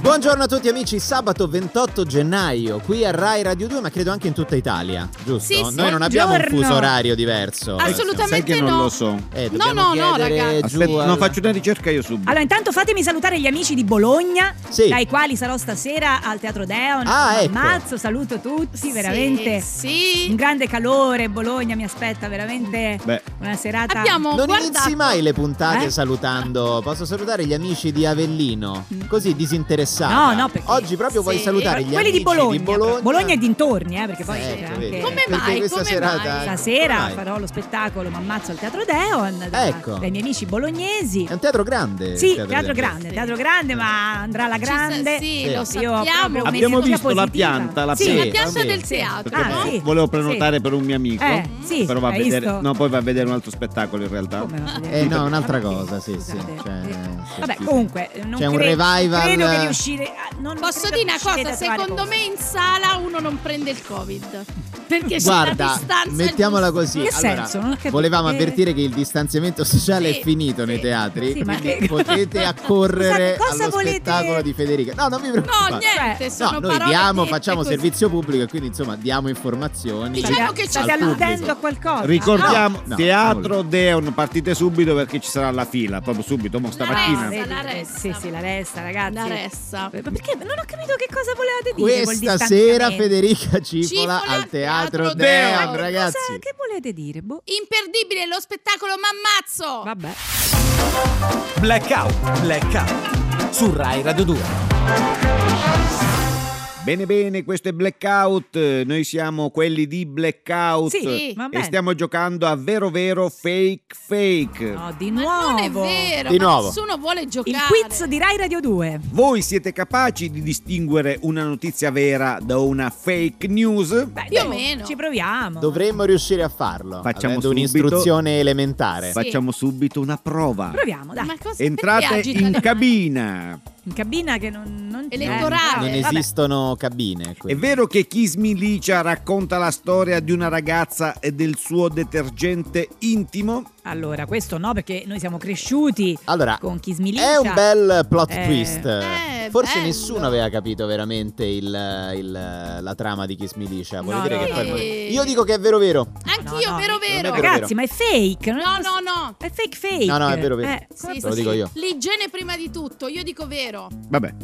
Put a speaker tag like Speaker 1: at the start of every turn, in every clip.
Speaker 1: Buongiorno a tutti amici, sabato 28 gennaio qui a Rai Radio 2 ma credo anche in tutta Italia, giusto?
Speaker 2: Sì, sì.
Speaker 1: Noi non abbiamo un
Speaker 2: Buongiorno.
Speaker 1: fuso orario diverso.
Speaker 2: Assolutamente
Speaker 3: Sai che
Speaker 2: no.
Speaker 3: non lo so.
Speaker 1: Eh,
Speaker 2: No,
Speaker 1: dobbiamo
Speaker 2: no, no,
Speaker 1: chiedere
Speaker 2: ragazzi.
Speaker 1: giù
Speaker 3: Aspetta,
Speaker 1: al-
Speaker 3: no, faccio una ricerca io subito.
Speaker 4: Allora, intanto fatemi salutare gli amici di Bologna,
Speaker 1: Sì.
Speaker 4: dai quali sarò stasera al Teatro Deon.
Speaker 1: Ah,
Speaker 4: Al
Speaker 1: ecco.
Speaker 4: Mazzo, saluto tutti, veramente.
Speaker 2: Sì.
Speaker 4: Un grande calore, Bologna mi aspetta veramente
Speaker 3: Beh,
Speaker 4: una serata.
Speaker 2: Abbiamo
Speaker 1: Non
Speaker 2: guardato
Speaker 1: inizi mai le puntate
Speaker 4: Eh?
Speaker 1: salutando. Posso salutare gli amici di Avellino, così disinteressati.
Speaker 4: No, no, perché-
Speaker 1: Ah, oggi proprio vuoi
Speaker 2: Sì.
Speaker 1: salutare gli
Speaker 4: quelli
Speaker 1: amici
Speaker 4: di Bologna.
Speaker 1: di Bologna.
Speaker 4: e dintorni, eh, perché poi
Speaker 1: Ecco,
Speaker 4: c'è
Speaker 1: vedi.
Speaker 4: anche
Speaker 2: Come
Speaker 1: Perché
Speaker 2: mai,
Speaker 1: questa
Speaker 2: come
Speaker 1: serata
Speaker 2: mai?
Speaker 4: Stasera
Speaker 1: Ormai.
Speaker 4: farò lo spettacolo Mammazzo al Teatro Deon da-
Speaker 1: Ecco.
Speaker 4: dai miei amici bolognesi.
Speaker 1: È un teatro grande.
Speaker 4: Sì,
Speaker 1: il
Speaker 4: teatro,
Speaker 1: del-
Speaker 4: grande, teatro grande, ma andrà alla
Speaker 2: Ci sa-
Speaker 4: grande.
Speaker 2: sì,
Speaker 1: Sì.
Speaker 2: lo
Speaker 4: Io ho
Speaker 2: sappiamo.
Speaker 4: proprio
Speaker 2: come
Speaker 3: Abbiamo
Speaker 4: un'energia
Speaker 3: visto la
Speaker 4: positiva.
Speaker 3: pianta, la
Speaker 4: Sì,
Speaker 2: Sì, la
Speaker 3: Sì,
Speaker 2: piazza
Speaker 1: sì.
Speaker 2: del teatro,
Speaker 3: perché
Speaker 4: Ah,
Speaker 3: vo-
Speaker 2: no?
Speaker 4: sì.
Speaker 3: volevo prenotare
Speaker 4: Sì.
Speaker 3: per un mio amico.
Speaker 4: Eh, sì,
Speaker 3: però va a
Speaker 4: hai
Speaker 3: vedere.
Speaker 4: visto?
Speaker 3: No, poi va a vedere un altro spettacolo in realtà.
Speaker 4: Come va a vedere?
Speaker 1: Eh no, un'altra
Speaker 4: Vabbè,
Speaker 1: cosa, sì, sì,
Speaker 4: scusate.
Speaker 1: cioè,
Speaker 4: Eh,
Speaker 1: sì,
Speaker 4: Vabbè,
Speaker 1: sì.
Speaker 4: comunque, eh, non
Speaker 1: C'è un
Speaker 4: credo-
Speaker 1: revival-
Speaker 4: Credo che riuscire. a- non
Speaker 2: Posso
Speaker 4: credo
Speaker 2: dire una
Speaker 4: riuscirete
Speaker 2: cosa,
Speaker 4: a trovare
Speaker 2: secondo me
Speaker 4: posto.
Speaker 2: in sala uno non prende il Covid. Perché c'è la
Speaker 1: Guarda,
Speaker 2: distanza
Speaker 1: mettiamola
Speaker 2: giusta.
Speaker 1: così.
Speaker 4: Che
Speaker 1: allora,
Speaker 4: senso? Non ho capito.
Speaker 1: volevamo
Speaker 4: Eh.
Speaker 1: avvertire che il distanziamento sociale
Speaker 2: Sì,
Speaker 1: è finito nei
Speaker 2: sì.
Speaker 1: teatri,
Speaker 4: Sì, ma
Speaker 1: quindi
Speaker 4: che-
Speaker 1: potete accorrere
Speaker 4: Scusate, cosa
Speaker 1: allo
Speaker 4: volete-
Speaker 1: spettacolo di Federica. No, non vi preoccupate.
Speaker 2: No, niente, sono
Speaker 1: No, noi
Speaker 2: parole
Speaker 1: diamo,
Speaker 2: dette
Speaker 1: facciamo
Speaker 2: così.
Speaker 1: servizio pubblico e quindi insomma diamo informazioni.
Speaker 2: Diciamo
Speaker 4: State-
Speaker 2: che ci-
Speaker 4: state
Speaker 1: al pubblico.
Speaker 4: alludendo a qualcosa.
Speaker 3: Ricordiamo,
Speaker 1: Ah, no. No,
Speaker 3: Teatro Deon, partite subito perché ci sarà la fila, proprio subito, mo
Speaker 4: Ah,
Speaker 2: resa.
Speaker 3: stamattina.
Speaker 4: vedi,
Speaker 2: la
Speaker 4: eh,
Speaker 2: ressa.
Speaker 4: Sì, sì, la resta, ragazzi. Eh,
Speaker 2: La ressa.
Speaker 4: Ma Perché non ho capito che cosa volevate dire col
Speaker 1: Questa sera
Speaker 4: distanziamento.
Speaker 1: Federica Cipola,
Speaker 2: Cipola al
Speaker 1: al Teatro
Speaker 2: Teatro
Speaker 1: Deon,
Speaker 3: Deon.
Speaker 1: ragazzi.
Speaker 4: Cosa, che volete dire? Boh.
Speaker 2: Imperdibile lo spettacolo Mammazzo.
Speaker 4: Vabbè.
Speaker 5: Blackout, Blackout su Rai Radio 2.
Speaker 3: Bene, bene, questo è Blackout. Noi siamo quelli di Blackout.
Speaker 4: Sì, va
Speaker 3: e
Speaker 4: bene.
Speaker 3: stiamo giocando a vero, vero, fake, fake.
Speaker 4: No, di
Speaker 2: Ma
Speaker 4: nuovo.
Speaker 2: non è vero,
Speaker 1: Di
Speaker 2: ma
Speaker 1: nuovo.
Speaker 2: nessuno vuole giocare.
Speaker 4: Il quiz di Rai Radio 2.
Speaker 3: Voi siete capaci di distinguere una notizia vera da una fake news?
Speaker 4: Beh,
Speaker 2: Più o
Speaker 4: dai,
Speaker 2: meno.
Speaker 4: Ci proviamo.
Speaker 1: Dovremmo riuscire a farlo.
Speaker 3: Facciamo
Speaker 1: avendo
Speaker 3: subito-
Speaker 1: un'istruzione elementare.
Speaker 2: Sì.
Speaker 3: Facciamo subito una prova.
Speaker 4: Proviamo, dai.
Speaker 2: Ma cosa
Speaker 3: Entrate
Speaker 2: perché agitano?
Speaker 3: in cabina.
Speaker 4: In cabina che non, non c'è.
Speaker 2: Elettorale.
Speaker 1: Non
Speaker 2: vabbè.
Speaker 1: esistono cabine.
Speaker 3: È
Speaker 1: quindi.
Speaker 3: vero che chi smilicia racconta la storia di una ragazza e del suo detergente intimo?
Speaker 4: Allora, questo no, perché noi siamo cresciuti
Speaker 1: Allora,
Speaker 4: con chi smiliccia.
Speaker 1: è un bel plot
Speaker 4: Eh.
Speaker 1: twist.
Speaker 2: Eh,
Speaker 1: Forse
Speaker 2: bello.
Speaker 1: nessuno aveva capito veramente il- il- la trama di Chi smiliscia. Vuol
Speaker 4: No,
Speaker 1: dire
Speaker 4: no,
Speaker 1: che
Speaker 4: no,
Speaker 1: poi-
Speaker 4: no.
Speaker 1: Io dico che è vero vero.
Speaker 2: Anch'io,
Speaker 4: No, no,
Speaker 2: vero,
Speaker 4: non
Speaker 2: vero.
Speaker 1: è vero.
Speaker 4: Ragazzi, ma è fake. non è
Speaker 2: No,
Speaker 4: poss-
Speaker 2: no, no.
Speaker 4: È fake fake.
Speaker 1: No, no, è vero, è vero.
Speaker 4: Eh, come
Speaker 2: Sì,
Speaker 1: Te lo
Speaker 2: sì,
Speaker 1: dico
Speaker 2: sì.
Speaker 1: io.
Speaker 2: L'igiene prima di tutto, io dico vero.
Speaker 3: Vabbè.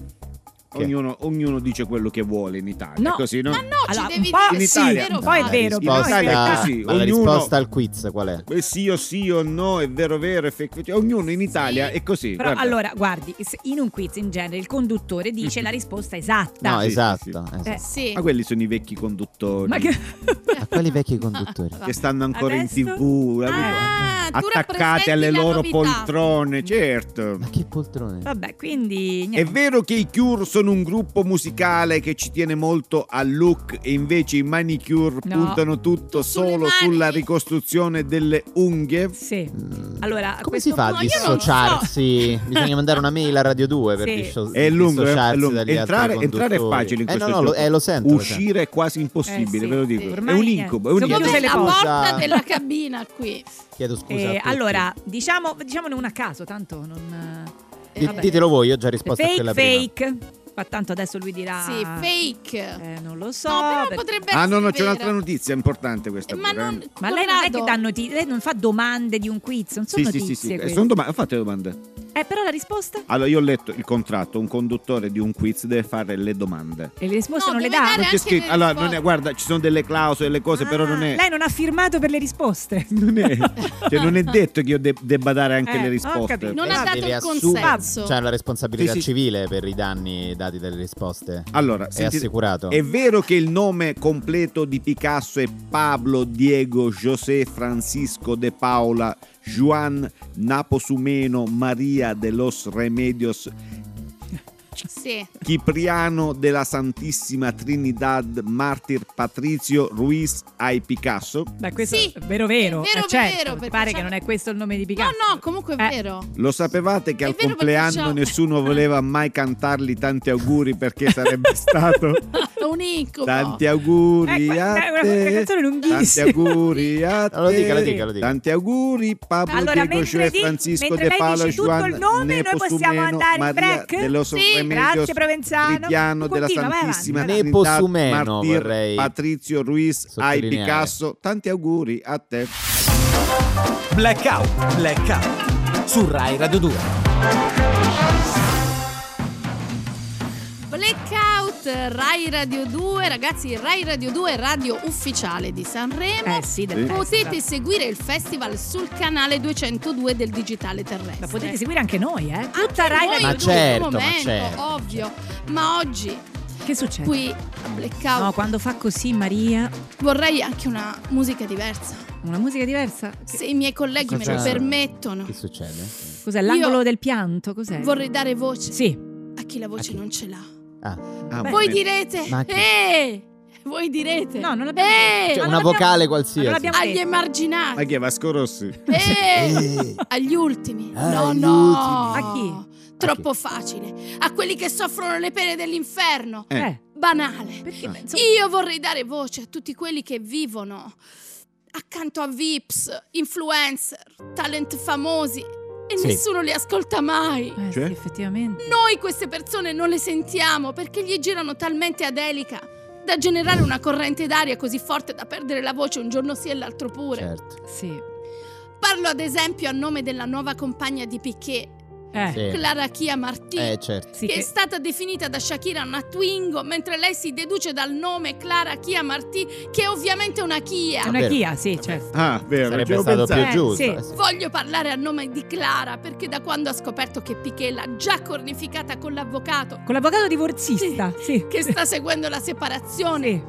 Speaker 3: Ognuno, ognuno dice quello che vuole in Italia,
Speaker 4: No.
Speaker 3: così no?
Speaker 2: Ma no,
Speaker 4: Allora,
Speaker 2: ci
Speaker 4: un
Speaker 2: devi
Speaker 4: po'
Speaker 3: In
Speaker 2: dire
Speaker 4: sì,
Speaker 3: Italia.
Speaker 2: vero. Ah,
Speaker 4: un po' è
Speaker 2: ma-
Speaker 4: vero,
Speaker 3: in
Speaker 4: però è
Speaker 3: Italia
Speaker 4: vero.
Speaker 3: è così,
Speaker 1: ma la
Speaker 3: ognuno-
Speaker 1: risposta al quiz qual è?
Speaker 3: Eh, sì o sì o no, è vero vero, è fake. cioè, Ognuno in Italia è così.
Speaker 4: Però
Speaker 3: guarda.
Speaker 4: allora, guardi, se- in un quiz in genere il conduttore dice la risposta esatta.
Speaker 1: Mm. No,
Speaker 3: Sì,
Speaker 1: esatto.
Speaker 3: sì,
Speaker 1: esatto.
Speaker 4: Eh,
Speaker 2: Sì.
Speaker 3: Ma quelli sono i vecchi conduttori
Speaker 4: Ma che...
Speaker 3: Ah,
Speaker 1: A quali vecchi conduttori?
Speaker 3: che stanno ancora in
Speaker 4: Adesso?
Speaker 3: tv, capito?
Speaker 2: Ah, tu rappresenti
Speaker 3: attaccati alle
Speaker 2: la
Speaker 3: loro
Speaker 2: novità.
Speaker 3: poltrone, certo.
Speaker 1: Ma che poltrone?
Speaker 4: Vabbè, quindi...
Speaker 3: È
Speaker 4: Niente.
Speaker 3: vero che i Cure sono un gruppo musicale che ci tiene molto al look e invece i manicure
Speaker 4: No.
Speaker 3: puntano tutto
Speaker 2: Sulle
Speaker 3: solo
Speaker 2: mani.
Speaker 3: sulla ricostruzione delle unghie?
Speaker 4: Sì.
Speaker 1: Mm.
Speaker 4: Allora, a
Speaker 1: Come
Speaker 4: questo
Speaker 1: si fa a
Speaker 4: punto-
Speaker 2: io non lo so.
Speaker 1: dissociarsi? Bisogna mandare una mail a Radio 2 per
Speaker 4: Sì.
Speaker 1: disso-
Speaker 3: È lungo, eh?
Speaker 1: dissociarsi
Speaker 3: è lungo.
Speaker 1: dagli
Speaker 3: Entrare,
Speaker 1: altri
Speaker 3: entrare è
Speaker 1: conduttori.
Speaker 3: facile in
Speaker 1: eh,
Speaker 3: questo
Speaker 1: no, no, lo,
Speaker 3: gioco.
Speaker 1: eh, lo sento. lo sento.
Speaker 3: Uscire è quasi impossibile,
Speaker 4: Eh,
Speaker 3: ve lo
Speaker 4: sì,
Speaker 3: dico.
Speaker 4: sì.
Speaker 3: è un
Speaker 4: Ormai è-
Speaker 3: incubo, è un
Speaker 4: Secondo
Speaker 3: incubo.
Speaker 2: Com'è
Speaker 4: Chiuse le
Speaker 2: la
Speaker 4: porte.
Speaker 2: porta
Speaker 1: Scusa.
Speaker 2: della cabina qui?
Speaker 1: Chiedo scusa. a
Speaker 4: Eh,
Speaker 1: tutti.
Speaker 4: allora, diciamo, diciamone una a caso, tanto non...
Speaker 2: Eh,
Speaker 1: Di-
Speaker 2: vabbè.
Speaker 1: ditelo voi, io ho già risposto a
Speaker 4: Fake,
Speaker 1: quella
Speaker 4: fake. Ma tanto adesso lui dirà...
Speaker 2: Sì, fake.
Speaker 4: Eh, non lo so.
Speaker 2: No, però
Speaker 4: perché-
Speaker 2: potrebbe
Speaker 3: Ah,
Speaker 2: essere
Speaker 3: no, no, c'è
Speaker 2: vera.
Speaker 3: un'altra notizia importante questa.
Speaker 2: Eh, Ma,
Speaker 3: pure, eh.
Speaker 2: non,
Speaker 4: Ma lei non è che
Speaker 2: Corrado,
Speaker 4: dà notizie, lei non fa domande di un quiz, non sono
Speaker 3: Sì, sì,
Speaker 4: notizie
Speaker 3: sì, sì. Eh,
Speaker 4: queste.
Speaker 3: Sono domande, ho fatto le domande.
Speaker 4: Eh, però la risposta?
Speaker 3: Allora, io ho letto il contratto, un conduttore di un quiz deve fare le domande.
Speaker 4: E le risposte
Speaker 2: No,
Speaker 4: non le
Speaker 2: deve
Speaker 4: dà?
Speaker 2: dare-
Speaker 3: Non c'è
Speaker 2: anche
Speaker 3: scritto.
Speaker 2: le
Speaker 3: Allora,
Speaker 2: risposte.
Speaker 3: non è- guarda, ci sono delle clausole, le cose, però non
Speaker 4: Ah,
Speaker 3: è.
Speaker 4: Lei non ha firmato per le risposte.
Speaker 3: Non è, cioè, non è detto che io de- debba dare anche
Speaker 4: Eh,
Speaker 3: le
Speaker 4: ho
Speaker 3: risposte.
Speaker 4: capito.
Speaker 2: Non
Speaker 1: prima.
Speaker 2: ha
Speaker 1: Però
Speaker 2: dato
Speaker 1: deve
Speaker 2: il
Speaker 1: assumere-
Speaker 2: consenso.
Speaker 3: Cioè,
Speaker 1: C'è la responsabilità
Speaker 3: Sì, sì.
Speaker 1: civile per i danni dati dalle risposte.
Speaker 3: Allora,
Speaker 1: è
Speaker 3: sentite,
Speaker 1: assicurato.
Speaker 3: È vero che il nome completo di Picasso è Pablo Diego José Francisco de Paola Juan Naposumeno Maria de los Remedios
Speaker 2: Sì.
Speaker 3: Cipriano della Santissima Trinidad Martir Patrizio Ruiz ai Picasso?
Speaker 4: Beh, questo
Speaker 2: Sì,
Speaker 4: è vero vero.
Speaker 2: è vero,
Speaker 4: eh, certo,
Speaker 2: vero,
Speaker 4: ti
Speaker 2: perché
Speaker 4: pare
Speaker 2: c'è-
Speaker 4: che non è questo il nome di
Speaker 2: No,
Speaker 4: Picasso.
Speaker 2: no, comunque è
Speaker 4: Eh.
Speaker 2: vero.
Speaker 3: Lo sapevate che
Speaker 2: È
Speaker 3: al
Speaker 2: vero perché
Speaker 3: compleanno
Speaker 2: c'ho-
Speaker 3: nessuno voleva mai cantargli tanti auguri perché sarebbe stato
Speaker 2: È un incubo.
Speaker 3: Tanti auguri
Speaker 4: Eh, guarda,
Speaker 3: a
Speaker 4: è una-
Speaker 3: te.
Speaker 4: una canzone lunghissima.
Speaker 3: Tanti auguri a te.
Speaker 1: Lo dica, lo dica, lo dica.
Speaker 3: Tanti auguri Pablo
Speaker 4: Allora,
Speaker 3: Diego,
Speaker 4: mentre
Speaker 3: Gioè,
Speaker 4: di-
Speaker 3: Francisco
Speaker 4: mentre
Speaker 3: De
Speaker 4: lei
Speaker 3: Paolo,
Speaker 4: dice tutto
Speaker 3: Juan
Speaker 4: il nome, noi
Speaker 3: Nepo
Speaker 4: possiamo
Speaker 3: Sumeno,
Speaker 4: andare in
Speaker 3: Maria
Speaker 4: break?
Speaker 3: dello
Speaker 4: Sì,
Speaker 3: Sorremedios,
Speaker 4: grazie, Provenzano.
Speaker 3: Tridiano della
Speaker 4: Continua, vai avanti,
Speaker 3: Santissima
Speaker 4: vai avanti.
Speaker 1: Nepo
Speaker 3: Trinità,
Speaker 1: Sumeno,
Speaker 3: Martir,
Speaker 1: vorrei
Speaker 3: Patrizio Ruiz, Ai
Speaker 1: sottolineare.
Speaker 3: Picasso. Tanti auguri a te.
Speaker 5: Blackout, blackout su Rai Radio 2.
Speaker 2: Blackout, Rai Radio 2, ragazzi, Rai Radio 2 è radio ufficiale di Sanremo.
Speaker 4: Eh sì, del festival.
Speaker 3: Sì.
Speaker 2: Potete seguire il festival sul canale 202 del digitale terrestre.
Speaker 4: Ma potete seguire anche noi, eh? Tutta
Speaker 2: Anche
Speaker 4: Rai
Speaker 2: voi
Speaker 4: Radio
Speaker 1: Ma
Speaker 2: in un
Speaker 4: due.
Speaker 1: certo, ma
Speaker 2: momento,
Speaker 1: certo.
Speaker 2: ovvio. Ma oggi
Speaker 4: Che succede?
Speaker 2: qui a Blackout
Speaker 4: Eh. No, quando fa così Maria,
Speaker 2: vorrei anche una musica diversa.
Speaker 4: una musica diversa. Che-
Speaker 2: Se i miei colleghi me
Speaker 1: Cosa-
Speaker 2: lo permettono,
Speaker 1: Che succede?
Speaker 4: Cos'è l'angolo
Speaker 2: Io-
Speaker 4: del pianto? Cos'è?
Speaker 2: vorrei dare voce
Speaker 4: Sì. Eh,
Speaker 2: a chi la voce non ce l'ha.
Speaker 1: Ah,
Speaker 3: Ah,
Speaker 2: Voi
Speaker 3: bene.
Speaker 2: direte,
Speaker 1: Ma chi-
Speaker 2: eh! Voi direte,
Speaker 4: No, non l'abbiamo
Speaker 2: eh!
Speaker 4: detto.
Speaker 1: cioè,
Speaker 4: Cioè, Ma
Speaker 1: una
Speaker 4: non abbiamo-
Speaker 1: vocale
Speaker 4: Ma non
Speaker 1: qualsiasi.
Speaker 4: abbiamo
Speaker 2: Agli
Speaker 4: detto.
Speaker 3: Ma
Speaker 2: emarginati,
Speaker 3: chi è Vasco Rossi?
Speaker 2: eh!
Speaker 1: Eh,
Speaker 2: agli ultimi.
Speaker 1: Ah,
Speaker 2: no,
Speaker 1: agli
Speaker 2: no.
Speaker 4: ultimi. A
Speaker 2: Troppo facile. A quelli che soffrono le pene dell'inferno.
Speaker 3: Eh.
Speaker 4: Eh,
Speaker 2: Banale.
Speaker 4: perché
Speaker 3: Ah.
Speaker 4: insomma,
Speaker 2: Io vorrei dare voce a tutti quelli che vivono accanto a VIPs, influencer, talent famosi e
Speaker 1: Sì.
Speaker 2: nessuno li ascolta mai.
Speaker 4: eh,
Speaker 3: Cioè?
Speaker 4: sì, effettivamente.
Speaker 2: Noi queste persone non le sentiamo perché gli girano talmente ad elica da generare una corrente d'aria così forte da perdere la voce un giorno sì e l'altro pure.
Speaker 1: certo.
Speaker 4: Sì.
Speaker 2: Parlo ad esempio a nome della nuova compagna di Piquet,
Speaker 4: Eh,
Speaker 1: Sì.
Speaker 2: Clara Chia Martì,
Speaker 1: Eh, certo.
Speaker 4: sì,
Speaker 2: che è
Speaker 4: che-
Speaker 2: stata definita da Shakira una Twingo, mentre lei si deduce dal nome Clara Chia Martì, che è ovviamente una Chia.
Speaker 4: è una
Speaker 1: Vero.
Speaker 4: chia, sì, certo.
Speaker 3: Ah, vero,
Speaker 1: Sarebbe
Speaker 3: ci ho
Speaker 1: stato
Speaker 3: pensato.
Speaker 1: più
Speaker 4: Eh,
Speaker 1: giusto.
Speaker 4: sì.
Speaker 1: eh, sì.
Speaker 2: Voglio parlare a nome di Clara perché da quando ha scoperto che Piquet l'ha già cornificata con l'avvocato
Speaker 4: Con l'avvocato divorzista, sì.
Speaker 2: che sta seguendo la separazione,
Speaker 4: Sì.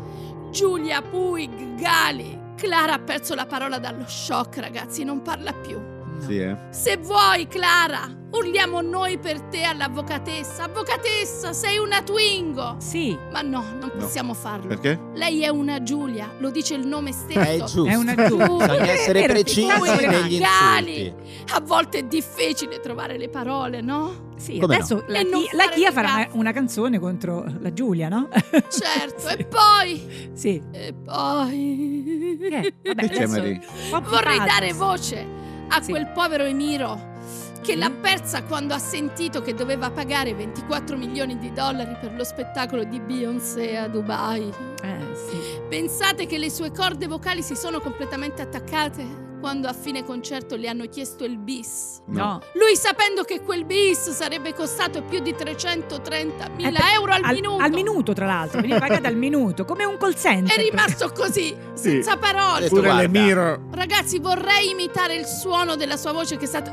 Speaker 2: Giulia Puig Gali, Clara ha perso la parola dallo shock, ragazzi, non parla più.
Speaker 3: Sì, eh.
Speaker 2: Se vuoi, Clara, urliamo noi per te all'avvocatessa. Avvocatessa, sei una Twingo!
Speaker 4: Sì,
Speaker 2: Ma no, non
Speaker 3: No.
Speaker 2: possiamo farlo.
Speaker 3: Perché?
Speaker 2: Lei è una Giulia, lo dice il nome stesso.
Speaker 1: È giusto.
Speaker 4: è una giusta.
Speaker 1: Bisogna essere
Speaker 4: Vero, sì,
Speaker 1: precisi
Speaker 4: tanto-
Speaker 1: negli
Speaker 2: Gali.
Speaker 1: insulti.
Speaker 2: A volte è difficile trovare le parole, no?
Speaker 4: Sì,
Speaker 1: Come
Speaker 4: adesso la,
Speaker 2: E non
Speaker 4: chi- la
Speaker 2: fare
Speaker 4: Chia
Speaker 2: le
Speaker 4: farà una,
Speaker 2: gaffe.
Speaker 4: una canzone contro la Giulia, no?
Speaker 2: Certo,
Speaker 4: Sì.
Speaker 2: e poi.
Speaker 4: Sì.
Speaker 2: E poi.
Speaker 4: Eh, vabbè,
Speaker 3: Che c'è,
Speaker 4: adesso-
Speaker 3: Maria?
Speaker 4: un po'
Speaker 2: Vorrei
Speaker 4: pathos.
Speaker 2: dare voce a
Speaker 4: Sì.
Speaker 2: quel povero Emiro che
Speaker 4: Sì.
Speaker 2: l'ha persa quando ha sentito che doveva pagare 24 milioni di dollari per lo spettacolo di Beyoncé a Dubai.
Speaker 4: Eh, sì.
Speaker 2: Pensate che le sue corde vocali si sono completamente attaccate quando a fine concerto le hanno chiesto il bis.
Speaker 4: No.
Speaker 2: Lui sapendo che quel bis sarebbe costato più di 330.000
Speaker 4: Eh, per-
Speaker 2: euro al, minuto.
Speaker 4: Al minuto, tra l'altro, veniva pagata al minuto, come un call center.
Speaker 2: È rimasto così,
Speaker 3: Sì.
Speaker 2: senza parole.
Speaker 1: Detto,
Speaker 3: Pure le
Speaker 1: guarda,
Speaker 3: miro.
Speaker 2: Ragazzi, vorrei imitare il suono della sua voce che è stato.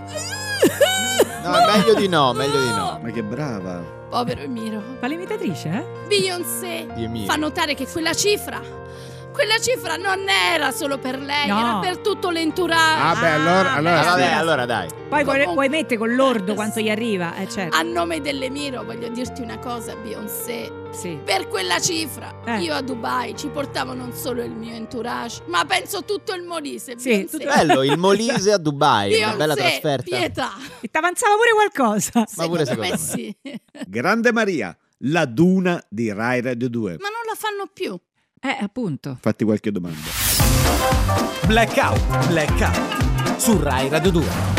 Speaker 1: No, meglio di no, meglio di no.
Speaker 3: Ma che brava.
Speaker 2: Povero Emiro.
Speaker 4: Fa l'imitatrice, eh?
Speaker 2: Beyoncé
Speaker 1: Dio mio.
Speaker 2: fa notare che quella cifra, quella cifra non era solo per lei,
Speaker 4: No.
Speaker 2: era per tutto l'entourage.
Speaker 3: Ah, beh, allora- allora
Speaker 1: Ah,
Speaker 4: beh,
Speaker 1: vabbè,
Speaker 4: sì.
Speaker 1: allora dai.
Speaker 4: Poi vuoi,
Speaker 2: Comunque-
Speaker 4: vuoi mettere con l'ordo quanto gli arriva, eh, certo.
Speaker 2: A nome dell'Emiro voglio dirti una cosa, Beyoncé.
Speaker 4: Sì.
Speaker 2: Per quella cifra
Speaker 4: Eh.
Speaker 2: io a Dubai ci portavo non solo il mio entourage, ma penso tutto il Molise.
Speaker 4: Sì,
Speaker 2: Beyoncé.
Speaker 4: tutto-
Speaker 1: Bello, il Molise a Dubai, una
Speaker 2: Beyoncé,
Speaker 1: bella trasferta.
Speaker 2: Pietà.
Speaker 4: E t'avanzava pure qualcosa.
Speaker 1: Ma pure secondo me.
Speaker 2: sì.
Speaker 3: Grande Maria, la duna di Rai Radio 2.
Speaker 2: Ma non la fanno più.
Speaker 4: Eh, appunto.
Speaker 3: Fatti qualche domanda.
Speaker 5: Blackout, blackout su Rai Radio 2.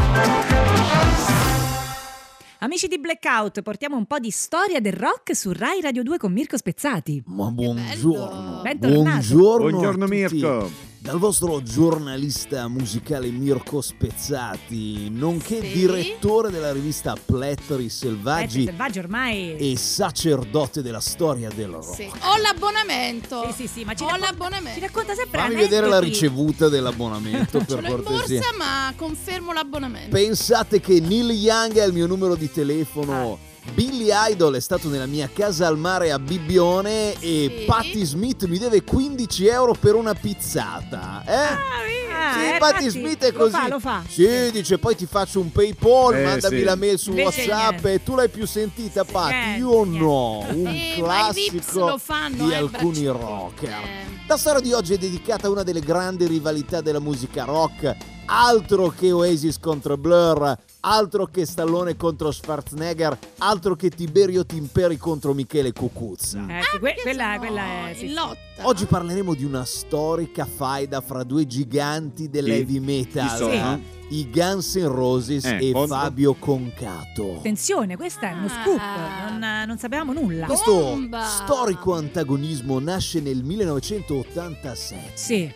Speaker 4: Amici di Blackout, portiamo un po' di storia del rock su Rai Radio 2 con Mirko Spezzati.
Speaker 1: Ma
Speaker 2: buongiorno.
Speaker 4: Bentornato.
Speaker 1: Buongiorno.
Speaker 3: Buongiorno
Speaker 1: a tutti.
Speaker 3: Mirko.
Speaker 1: Dal vostro giornalista musicale Mirko Spezzati, nonché
Speaker 2: Sì.
Speaker 1: direttore della rivista Pletteri Selvaggi
Speaker 4: Eh, Selvaggio ormai.
Speaker 1: e sacerdote della storia del rock.
Speaker 2: Sì. Ho l'abbonamento.
Speaker 4: Sì, sì, sì, ma ci,
Speaker 2: Ho
Speaker 4: raccon-
Speaker 2: l'abbonamento.
Speaker 4: ci racconta sempre
Speaker 1: Fammi vedere la
Speaker 4: aneddoti.
Speaker 1: ricevuta dell'abbonamento
Speaker 2: Ce
Speaker 1: per
Speaker 2: l'ho in
Speaker 1: cortesia.
Speaker 2: borsa, ma confermo l'abbonamento.
Speaker 1: Pensate che Neil Young è il mio numero di telefono. Billy Idol è stato nella mia casa al mare a Bibbione e
Speaker 2: Sì.
Speaker 1: Patti Smith mi deve 15 euro per una pizzata. Eh?
Speaker 4: Ah, vedi?
Speaker 1: Sì,
Speaker 4: Eh,
Speaker 1: Patti
Speaker 4: infatti,
Speaker 1: Smith è
Speaker 4: lo
Speaker 1: così.
Speaker 4: fa, lo fa. Eh,
Speaker 1: Sì, dice poi ti faccio un PayPal,
Speaker 3: Eh,
Speaker 1: mandami
Speaker 3: sì.
Speaker 1: la mail su
Speaker 4: Invece
Speaker 1: WhatsApp.
Speaker 4: niente.
Speaker 1: e Tu l'hai più sentita, Patti?
Speaker 4: niente,
Speaker 1: Io o
Speaker 4: niente.
Speaker 1: no. Un
Speaker 2: Eh, ma i Vips
Speaker 1: classico
Speaker 2: lo fanno,
Speaker 1: di
Speaker 2: eh,
Speaker 1: alcuni
Speaker 2: braccione.
Speaker 1: rocker.
Speaker 2: Eh.
Speaker 1: La storia di oggi è dedicata a una delle grandi rivalità della musica rock, altro che Oasis contro Blur, altro che Stallone contro Schwarzenegger, altro che Tiberio Timperi contro Michele Cucuzza.
Speaker 4: Eh, sì, que- quella, quella è...
Speaker 2: in
Speaker 4: sì, sì.
Speaker 2: lotta.
Speaker 1: Oggi parleremo di una storica faida fra due giganti dell'heavy
Speaker 3: Chi
Speaker 1: metal,
Speaker 3: sono?
Speaker 1: i Guns N' Roses
Speaker 3: Eh,
Speaker 1: e
Speaker 3: contro-
Speaker 1: Fabio Concato.
Speaker 4: Attenzione, questo è uno scoop,
Speaker 2: Ah.
Speaker 4: non, non sapevamo nulla.
Speaker 2: Cos-
Speaker 1: Questo
Speaker 2: Bomba!
Speaker 1: storico antagonismo nasce nel 1987.
Speaker 4: Sì.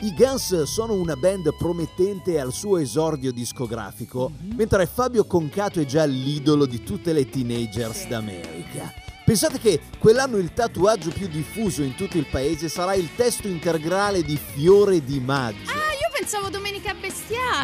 Speaker 1: I Guns sono una band promettente al suo esordio discografico, mentre Fabio Concato è già l'idolo di tutte le teenagers d'America. Pensate che quell'anno il tatuaggio più diffuso in tutto il paese sarà il testo integrale di Fiore di Maggio.
Speaker 2: Ah, io pensavo Domenica Bestiale.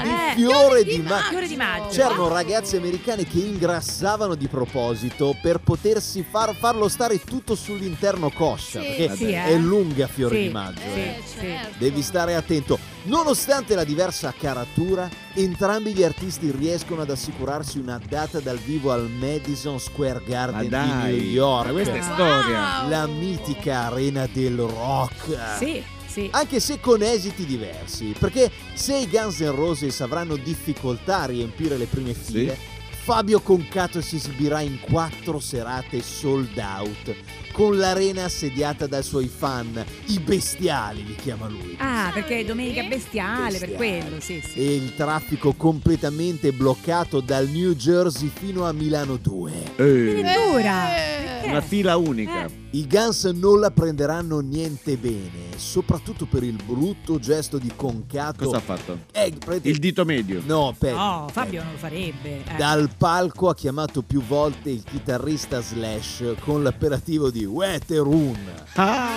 Speaker 4: Eh,
Speaker 1: Il fiore di ma-
Speaker 4: Fiore di maggio.
Speaker 1: C'erano ragazze americane che ingrassavano di proposito per potersi far- farlo stare tutto sull'interno coscia,
Speaker 2: Sì,
Speaker 1: perché
Speaker 4: sì, eh.
Speaker 1: è lunga Fiore
Speaker 4: Sì,
Speaker 1: di Maggio.
Speaker 4: sì.
Speaker 1: eh.
Speaker 2: Eh, certo.
Speaker 1: Devi stare attento. Nonostante la diversa caratura, entrambi gli artisti riescono ad assicurarsi una data dal vivo al Madison Square
Speaker 3: Ma
Speaker 1: Garden Ah, di
Speaker 3: dai,
Speaker 1: New York.
Speaker 3: ma questa
Speaker 2: Ah.
Speaker 3: è
Speaker 4: Wow.
Speaker 3: storia.
Speaker 1: la mitica arena del rock.
Speaker 4: Sì, sì.
Speaker 1: Anche se con esiti diversi, perché se i Guns N' Roses avranno difficoltà a riempire le prime file, Fabio Concato si esibirà in quattro serate sold out, con l'arena assediata dai suoi fan, i bestiali li chiama lui.
Speaker 4: Ah, perché è domenica bestiale, per
Speaker 1: Bestiale.
Speaker 4: quello, sì, sì.
Speaker 1: e il traffico completamente bloccato dal New Jersey fino a Milano 2.
Speaker 3: Eh,
Speaker 4: Addirittura.
Speaker 2: Eh.
Speaker 3: una fila unica.
Speaker 4: Eh,
Speaker 1: I Guns non la prenderanno niente bene, soprattutto per il brutto gesto di concato.
Speaker 3: Cosa ha fatto?
Speaker 1: Eh, prete-
Speaker 3: Il dito medio.
Speaker 1: No, peggio,
Speaker 4: No, Oh, Fabio
Speaker 1: peggio.
Speaker 4: non lo farebbe. eh.
Speaker 1: Dal palco ha chiamato più volte il chitarrista Slash con l'apperativo di Weterun.
Speaker 4: Ah,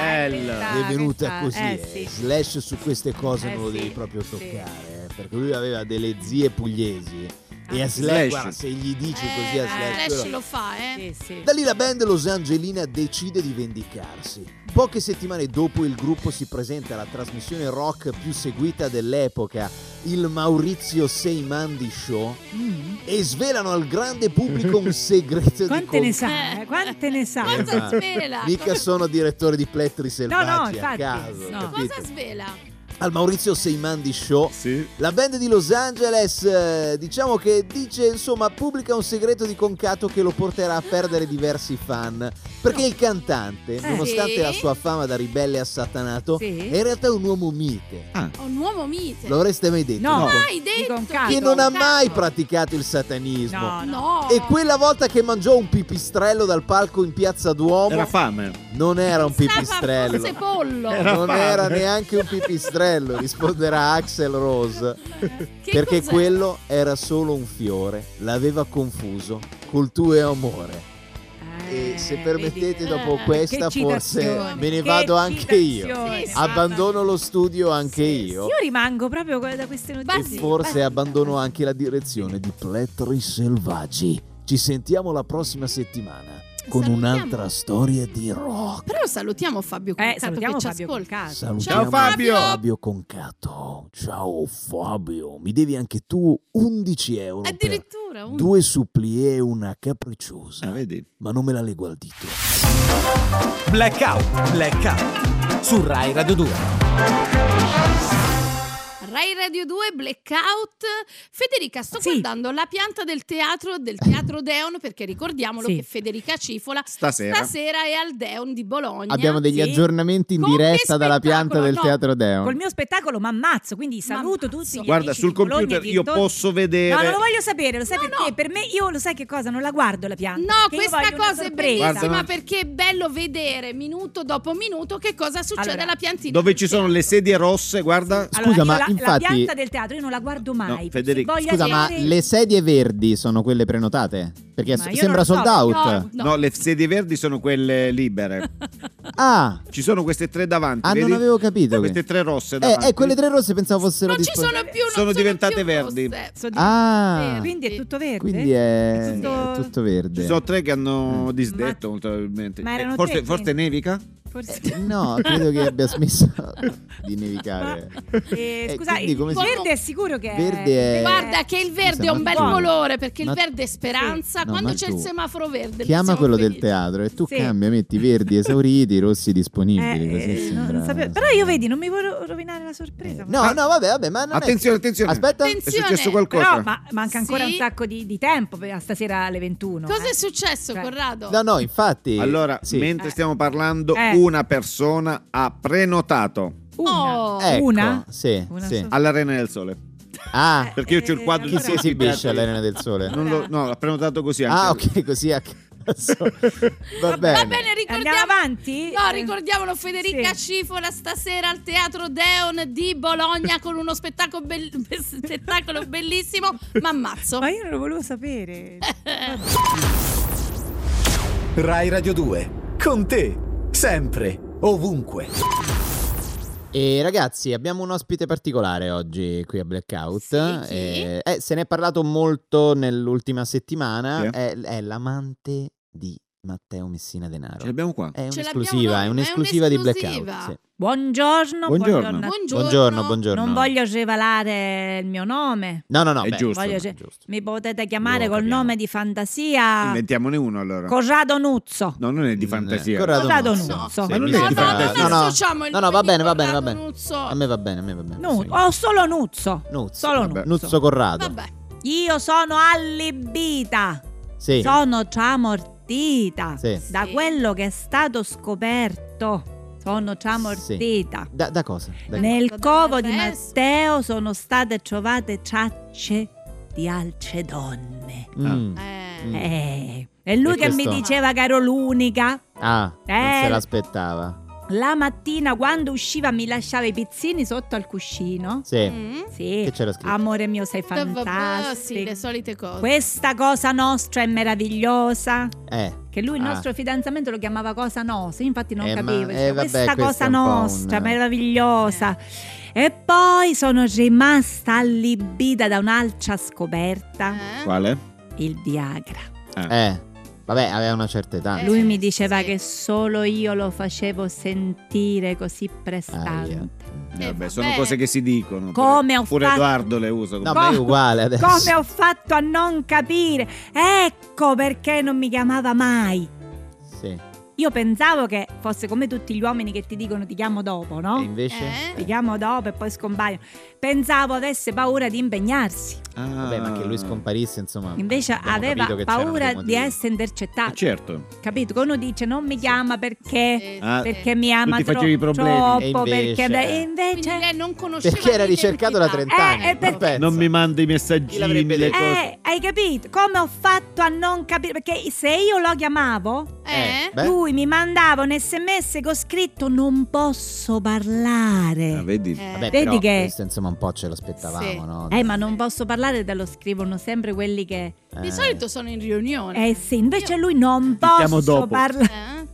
Speaker 3: bello.
Speaker 4: questa-
Speaker 1: è venuta
Speaker 4: questa-
Speaker 1: così.
Speaker 4: eh,
Speaker 1: eh.
Speaker 4: sì.
Speaker 1: Slash su queste cose
Speaker 4: Eh,
Speaker 1: non lo
Speaker 4: sì,
Speaker 1: devi proprio
Speaker 4: sì.
Speaker 1: toccare, eh, perché lui aveva delle zie pugliesi. e
Speaker 4: Ah,
Speaker 1: a
Speaker 4: sì.
Speaker 1: Slash,
Speaker 3: Slash.
Speaker 1: guarda, se gli dici
Speaker 2: Eh,
Speaker 1: così a Slash,
Speaker 2: Slash
Speaker 1: quello-
Speaker 2: lo fa, eh.
Speaker 4: Sì, sì.
Speaker 1: Da lì la band Los Angelina decide di vendicarsi. Poche settimane dopo il gruppo si presenta alla trasmissione rock più seguita dell'epoca, il Maurizio Seimandi Show,
Speaker 4: Mm.
Speaker 1: e svelano al grande pubblico un segreto di
Speaker 4: Quante ne
Speaker 1: con-
Speaker 4: sa? eh, Quante ne sa?
Speaker 1: Eh,
Speaker 2: Cosa
Speaker 1: ma-
Speaker 2: svela?
Speaker 1: Mica sono direttore di Plettri
Speaker 4: no,
Speaker 1: Selvaggi a
Speaker 4: infatti,
Speaker 1: caso,
Speaker 4: no.
Speaker 1: capito?
Speaker 2: Cosa svela?
Speaker 1: Al Maurizio Seimandi Show
Speaker 3: Sì.
Speaker 1: la band di Los Angeles, eh, diciamo che dice, insomma, pubblica un segreto di concato che lo porterà a perdere diversi fan. Perché il cantante, nonostante
Speaker 2: Sì.
Speaker 1: la sua fama da ribelle assatanato,
Speaker 4: Eh, Sì.
Speaker 1: è in realtà un uomo mite.
Speaker 3: Ah,
Speaker 2: Un uomo mite.
Speaker 1: Lo avreste mai detto?
Speaker 4: No,
Speaker 3: No.
Speaker 2: Mai
Speaker 4: Di
Speaker 2: detto
Speaker 4: Concato.
Speaker 1: Che non ha mai
Speaker 2: Concato.
Speaker 1: praticato il satanismo.
Speaker 4: No, no.
Speaker 2: No.
Speaker 1: E quella volta che mangiò un pipistrello dal palco in piazza Duomo,
Speaker 3: era fame.
Speaker 1: non era un pipistrello.
Speaker 2: Stava forse pollo.
Speaker 3: Era
Speaker 1: non
Speaker 3: fame.
Speaker 1: era neanche un pipistrello, risponderà Axel Rose.
Speaker 2: Che
Speaker 1: perché
Speaker 2: cos'è?
Speaker 1: quello era solo un fiore, l'aveva confuso col tuo amore. E se permettete, dopo
Speaker 4: eh,
Speaker 1: questa,
Speaker 4: che
Speaker 1: forse
Speaker 4: citazione,
Speaker 1: me ne
Speaker 4: che
Speaker 1: vado anche io.
Speaker 4: citazione.
Speaker 2: Sì, sì.
Speaker 1: Abbandono lo studio anche
Speaker 4: Sì,
Speaker 1: io.
Speaker 4: Io rimango proprio da queste notizie.
Speaker 1: E
Speaker 2: sì,
Speaker 1: forse
Speaker 4: Basta.
Speaker 1: abbandono anche la direzione di Plettri Selvaggi. Ci sentiamo la prossima settimana con
Speaker 2: Salutiamo.
Speaker 1: un'altra storia di rock.
Speaker 2: Però salutiamo Fabio
Speaker 4: Eh,
Speaker 2: Concato
Speaker 4: salutiamo
Speaker 2: che ci
Speaker 4: Fabio
Speaker 2: ascolta.
Speaker 4: Concato.
Speaker 1: Salutiamo
Speaker 3: Ciao, Fabio.
Speaker 1: Fabio Concato. Ciao Fabio, mi devi anche tu 11 euro. per-
Speaker 2: Addirittura un
Speaker 1: Due supplie e una capricciosa,
Speaker 6: Eh.
Speaker 3: Ah, vedi.
Speaker 1: ma non me la leggo al dito.
Speaker 5: Blackout, blackout su Rai Radio 2.
Speaker 2: Rai Radio 2 Blackout. Federica, sto
Speaker 4: Sì.
Speaker 2: guardando la pianta del teatro del Teatro Deon perché ricordiamolo
Speaker 4: Sì.
Speaker 2: che Federica Cifola
Speaker 3: Stasera.
Speaker 2: stasera è al Deon di Bologna.
Speaker 1: Abbiamo degli
Speaker 4: sì.
Speaker 1: aggiornamenti in
Speaker 2: Con che
Speaker 1: diretta dalla pianta
Speaker 2: spettacolo?
Speaker 1: del
Speaker 2: No,
Speaker 1: Teatro
Speaker 4: Col
Speaker 1: Deon.
Speaker 4: mio spettacolo mi ammazzo, quindi saluto
Speaker 2: M'ammazzo.
Speaker 4: tutti gli
Speaker 3: Guarda,
Speaker 4: amici
Speaker 3: sul
Speaker 4: di Bologna
Speaker 3: computer
Speaker 4: e
Speaker 3: io
Speaker 4: dintorni.
Speaker 3: posso vedere.
Speaker 4: No, non lo voglio sapere, lo sai
Speaker 2: No,
Speaker 4: perché?
Speaker 2: no.
Speaker 4: Per me io lo sai che cosa? Non la guardo la pianta.
Speaker 2: No,
Speaker 4: che io
Speaker 2: questa
Speaker 4: voglio una
Speaker 2: cosa è
Speaker 4: sorpresa.
Speaker 2: bellissima
Speaker 3: Guarda, no.
Speaker 2: perché è bello vedere minuto dopo minuto che cosa succede
Speaker 4: Allora,
Speaker 2: alla piantina.
Speaker 3: Dove ci sono le sedie rosse, guarda.
Speaker 4: Allora,
Speaker 6: Scusa, ma
Speaker 4: io la,
Speaker 6: infatti-
Speaker 4: la pianta del teatro io non la guardo mai. perché
Speaker 3: Federico,
Speaker 4: voglio
Speaker 6: Scusa, ma
Speaker 4: avere-
Speaker 6: le sedie verdi sono quelle prenotate? Perché
Speaker 4: Ma
Speaker 6: s-
Speaker 4: io non
Speaker 6: sembra
Speaker 4: lo so,
Speaker 6: sold
Speaker 4: no.
Speaker 6: out.
Speaker 2: No,
Speaker 3: No, le sedie verdi sono quelle libere.
Speaker 6: Ah,
Speaker 3: Ci sono queste tre davanti.
Speaker 6: ah, non
Speaker 3: vedi?
Speaker 6: avevo capito.
Speaker 3: Queste
Speaker 6: questo.
Speaker 3: tre rosse
Speaker 6: Eh,
Speaker 3: davanti.
Speaker 6: eh, quelle tre rosse pensavo fossero
Speaker 2: non ci
Speaker 6: disponibili.
Speaker 2: sono più non
Speaker 3: Sono diventate
Speaker 2: più
Speaker 3: verdi.
Speaker 2: rosse.
Speaker 4: So di-
Speaker 6: Ah,
Speaker 4: Quindi
Speaker 1: Eh,
Speaker 4: è tutto verde?
Speaker 6: quindi è
Speaker 4: Eh, È tutto-
Speaker 6: tutto
Speaker 3: Ci
Speaker 6: verde.
Speaker 3: sono tre che hanno
Speaker 1: Mm.
Speaker 4: Ma-
Speaker 3: disdetto, molto probabilmente.
Speaker 4: ma erano
Speaker 3: Eh, forse,
Speaker 4: tre,
Speaker 3: forse
Speaker 4: sì.
Speaker 3: nevica?
Speaker 4: forse.
Speaker 1: eh,
Speaker 6: Eh,
Speaker 1: No, credo che abbia smesso di nevicare.
Speaker 4: Eh,
Speaker 1: Eh,
Speaker 4: scusa,
Speaker 1: quindi
Speaker 4: il
Speaker 1: come si-
Speaker 4: verde è sicuro che Eh,
Speaker 1: Verde è-
Speaker 2: Guarda che il verde è un bel
Speaker 4: Buono.
Speaker 2: colore perché il
Speaker 1: Ma-
Speaker 2: verde è speranza.
Speaker 1: No,
Speaker 2: Quando
Speaker 1: ma
Speaker 2: c'è
Speaker 1: tu
Speaker 2: il semaforo verde, diciamo
Speaker 1: Chiama
Speaker 2: siamo
Speaker 1: quello del
Speaker 2: felici.
Speaker 1: teatro e tu
Speaker 4: Sì.
Speaker 1: cambia, metti verdi esauriti, rossi disponibili.
Speaker 4: Eh,
Speaker 1: così
Speaker 4: eh, no, non
Speaker 1: sembra-
Speaker 4: sapevo. Però io vedi, non mi voglio rovinare la sorpresa.
Speaker 1: Eh, No, no, vabbè, vabbè, ma non è-
Speaker 3: Attenzione, attenzione.
Speaker 1: Aspetta.
Speaker 3: È
Speaker 2: Attenzione.
Speaker 3: successo qualcosa.
Speaker 4: Però ma- manca ancora
Speaker 2: Sì.
Speaker 4: un sacco di, di tempo per- a stasera alle 21.
Speaker 2: Cosa
Speaker 4: eh.
Speaker 2: è successo,
Speaker 4: Cioè,
Speaker 2: Corrado?
Speaker 1: No, no, infatti.
Speaker 3: Allora,
Speaker 1: sì.
Speaker 3: mentre
Speaker 4: Eh.
Speaker 3: stiamo parlando,
Speaker 4: Eh.
Speaker 3: una persona ha prenotato
Speaker 4: Una.
Speaker 2: Oh.
Speaker 1: Ecco,
Speaker 4: una?
Speaker 1: Sì,
Speaker 4: Una
Speaker 1: sì.
Speaker 4: sola.
Speaker 3: all'Arena del Sole.
Speaker 1: Ah,
Speaker 4: Eh, Ah.
Speaker 3: Perché io c'ho il quadro
Speaker 1: chi
Speaker 3: allora-
Speaker 1: si
Speaker 3: tutti i
Speaker 1: esibisce
Speaker 3: teatri.
Speaker 1: all'Arena del Sole?
Speaker 3: Non lo- no, l'ha prenotato così anche.
Speaker 1: Ah, ok, così a caso. Va bene.
Speaker 2: Va bene, ricordiamo.
Speaker 4: Andiamo avanti? Eh.
Speaker 2: No, ricordiamolo Federica
Speaker 4: Sì.
Speaker 2: Cifola stasera al Teatro Deon di Bologna con uno spettacolo, bell- spettacolo bellissimo, ma ammazzo.
Speaker 4: Ma io non lo volevo
Speaker 2: Eh.
Speaker 4: sapere.
Speaker 5: Rai Radio 2, con te, sempre, ovunque.
Speaker 1: E ragazzi, abbiamo un ospite particolare oggi qui a Blackout.
Speaker 2: Sì, chi?
Speaker 1: Eh, eh, se ne è parlato molto nell'ultima settimana.
Speaker 3: Sì.
Speaker 1: È, è l'amante di Matteo Messina Denaro.
Speaker 3: Ce l'abbiamo qua.
Speaker 1: È
Speaker 2: Ce
Speaker 1: un'esclusiva, è
Speaker 2: l'abbiamo noi, è
Speaker 1: un'esclusiva di
Speaker 2: un'esclusiva.
Speaker 1: Blackout. sì.
Speaker 4: Buongiorno,
Speaker 3: Buongiorno.
Speaker 4: a-
Speaker 2: Buongiorno.
Speaker 1: Buongiorno, buongiorno.
Speaker 4: Non voglio rivelare il mio nome.
Speaker 1: No, no, no,
Speaker 3: È
Speaker 1: beh,
Speaker 3: giusto.
Speaker 4: Voglio
Speaker 1: no,
Speaker 4: se-
Speaker 1: giusto.
Speaker 4: Mi potete chiamare
Speaker 1: Lo
Speaker 4: col
Speaker 1: capiamo.
Speaker 4: nome di fantasia
Speaker 3: Inventiamone uno
Speaker 1: Certo.
Speaker 3: allora.
Speaker 4: Corrado Nuzzo.
Speaker 3: no, non è di
Speaker 1: Ah. Mm,
Speaker 3: fantasia.
Speaker 1: Corrado
Speaker 4: Corrado
Speaker 1: Nuzzo.
Speaker 2: Nuzzo.
Speaker 3: Ma non
Speaker 1: mi
Speaker 3: è
Speaker 1: sembra-
Speaker 3: di fantasia.
Speaker 1: No, no,
Speaker 2: associamo il
Speaker 1: no, no,
Speaker 2: nome
Speaker 1: va
Speaker 2: di
Speaker 1: bene, va bene, va
Speaker 2: Corrado
Speaker 1: bene.
Speaker 2: Nuzzo.
Speaker 1: A me va bene, a me va bene.
Speaker 4: Nu-
Speaker 1: sì.
Speaker 4: oh, solo Nuzzo.
Speaker 1: Nuzzo,
Speaker 4: Solo
Speaker 3: vabbè.
Speaker 4: Nuzzo.
Speaker 1: Nuzzo Corrado.
Speaker 2: Vabbè,
Speaker 4: Io sono allibita.
Speaker 1: Sì.
Speaker 4: Sono tramortita.
Speaker 1: Sì.
Speaker 4: Da
Speaker 2: Sì.
Speaker 4: quello che è stato scoperto. Sono tramortita.
Speaker 1: Da, da cosa? Da-
Speaker 4: Nel
Speaker 2: Dove
Speaker 4: covo di
Speaker 2: dovrebbe essere?
Speaker 4: Matteo sono state trovate tracce di altre donne.
Speaker 1: Mm.
Speaker 2: eh,
Speaker 1: Mm.
Speaker 4: Eh, è lui
Speaker 1: E
Speaker 4: che mi
Speaker 1: questo-
Speaker 4: diceva che ero l'unica.
Speaker 1: Ah, non
Speaker 4: Eh.
Speaker 1: se l'aspettava.
Speaker 4: La mattina quando usciva mi lasciava i pizzini sotto al cuscino.
Speaker 1: Sì.
Speaker 2: mm.
Speaker 4: Sì.
Speaker 1: Che c'era scritto?
Speaker 4: Amore mio, sei
Speaker 2: Eh, vabbè, sì,
Speaker 4: fantastico.
Speaker 2: le solite cose.
Speaker 4: Questa cosa nostra è meravigliosa.
Speaker 1: eh.
Speaker 4: Che lui il
Speaker 1: Ah.
Speaker 4: nostro fidanzamento lo chiamava cosa nostra. Io infatti non
Speaker 1: Eh, ma-
Speaker 4: capivo.
Speaker 1: eh,
Speaker 4: Dicevo,
Speaker 1: vabbè,
Speaker 4: questa
Speaker 1: questo
Speaker 4: cosa
Speaker 1: è un po' Eh. un-
Speaker 4: nostra, meravigliosa. E poi sono rimasta allibita da un'altra scoperta:
Speaker 2: Eh?
Speaker 3: Quale?
Speaker 4: il Viagra.
Speaker 1: Eh, vabbè, aveva una certa età.
Speaker 2: Eh,
Speaker 4: Lui mi diceva
Speaker 2: sì.
Speaker 4: che solo io lo facevo sentire così prestante.
Speaker 1: Aia.
Speaker 3: Eh, vabbè,
Speaker 2: vabbè.
Speaker 3: sono cose che si dicono.
Speaker 4: Come ho
Speaker 3: Pure
Speaker 4: fatto-
Speaker 3: Edoardo le usa.
Speaker 1: No, ma è uguale adesso.
Speaker 4: Come ho fatto a non capire? Ecco perché non mi chiamava mai.
Speaker 1: Sì.
Speaker 4: Io pensavo che fosse come tutti gli uomini che ti dicono ti chiamo dopo,
Speaker 1: E
Speaker 4: no?
Speaker 1: invece?
Speaker 2: Eh?
Speaker 4: Ti chiamo dopo e poi scompaiono. Pensavo avesse paura di impegnarsi.
Speaker 3: Ah.
Speaker 1: Vabbè, ma che lui scomparisse, insomma.
Speaker 4: Invece
Speaker 1: abbiamo
Speaker 4: aveva
Speaker 1: capito che c'erano
Speaker 4: paura
Speaker 1: dei
Speaker 4: di
Speaker 1: motivi.
Speaker 4: essere
Speaker 3: Eh,
Speaker 4: intercettato.
Speaker 3: Certo.
Speaker 4: Capito? Che Uno dice non mi chiama perché,
Speaker 2: Eh,
Speaker 3: Ah,
Speaker 2: sì.
Speaker 4: perché mi ama
Speaker 3: ti
Speaker 4: tro-
Speaker 3: facevi i problemi.
Speaker 1: E
Speaker 4: troppo,
Speaker 1: invece-
Speaker 4: perché... E
Speaker 2: Quindi
Speaker 4: invece...
Speaker 2: lei non conosceva
Speaker 1: Perché era
Speaker 2: l'identità.
Speaker 1: ricercato da 30 anni.
Speaker 4: Eh, eh, perché-
Speaker 1: Pensa.
Speaker 3: Non mi manda i messaggini.
Speaker 1: Chi l'avrebbe
Speaker 3: le
Speaker 1: detto?
Speaker 3: cose.
Speaker 4: Eh, hai capito? Come ho fatto a non capire? Perché se io lo chiamavo,
Speaker 2: Eh?
Speaker 1: Beh,
Speaker 4: Lui mi mandava un sms con scritto non posso
Speaker 3: Ah,
Speaker 4: parlare.
Speaker 3: vedi?
Speaker 2: Eh.
Speaker 1: vabbè,
Speaker 4: Vedi
Speaker 1: però
Speaker 4: che-
Speaker 1: questo, insomma, un po' ce l'aspettavamo,
Speaker 2: Sì.
Speaker 1: no?
Speaker 4: Eh, ma non posso parlare, te lo scrivono sempre quelli che...
Speaker 1: Eh.
Speaker 2: Di solito sono in riunione.
Speaker 4: Eh sì, invece lui non
Speaker 3: chiamo
Speaker 4: posso
Speaker 3: dopo.
Speaker 4: parlare.
Speaker 2: Eh?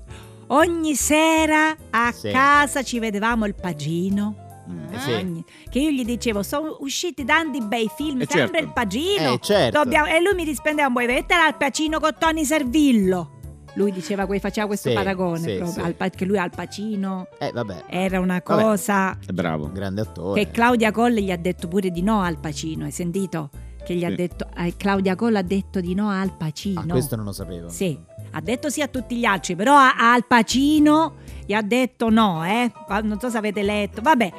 Speaker 4: Ogni sera a
Speaker 1: Sì.
Speaker 4: casa ci vedevamo il pagino.
Speaker 3: Mm.
Speaker 1: Eh, sì.
Speaker 4: Ogni- Che io gli dicevo, sono usciti tanti bei film,
Speaker 3: Eh,
Speaker 4: sempre
Speaker 3: certo.
Speaker 4: il pagino.
Speaker 1: Eh, certo.
Speaker 4: Dobbiamo- E lui mi rispondeva, vuoi mettere al pacino con Tony Servillo? Lui diceva, que- faceva questo
Speaker 1: Sì,
Speaker 4: paragone,
Speaker 1: sì,
Speaker 4: proprio,
Speaker 1: sì.
Speaker 4: al pa- che lui al pacino
Speaker 1: Eh, vabbè.
Speaker 4: era una
Speaker 1: Vabbè.
Speaker 4: cosa...
Speaker 3: È bravo.
Speaker 1: Un grande attore.
Speaker 4: Che Claudia Colle gli ha detto pure di no al Pacino, hai sentito? Che gli ha
Speaker 3: Sì.
Speaker 4: detto, eh, Claudia Colle ha detto di no al Pacino.
Speaker 1: Ah, questo non lo sapevo.
Speaker 4: Sì, ha detto sì a tutti gli altri, però a- a al Pacino gli ha detto no, eh? Va- Non so se avete letto. Vabbè,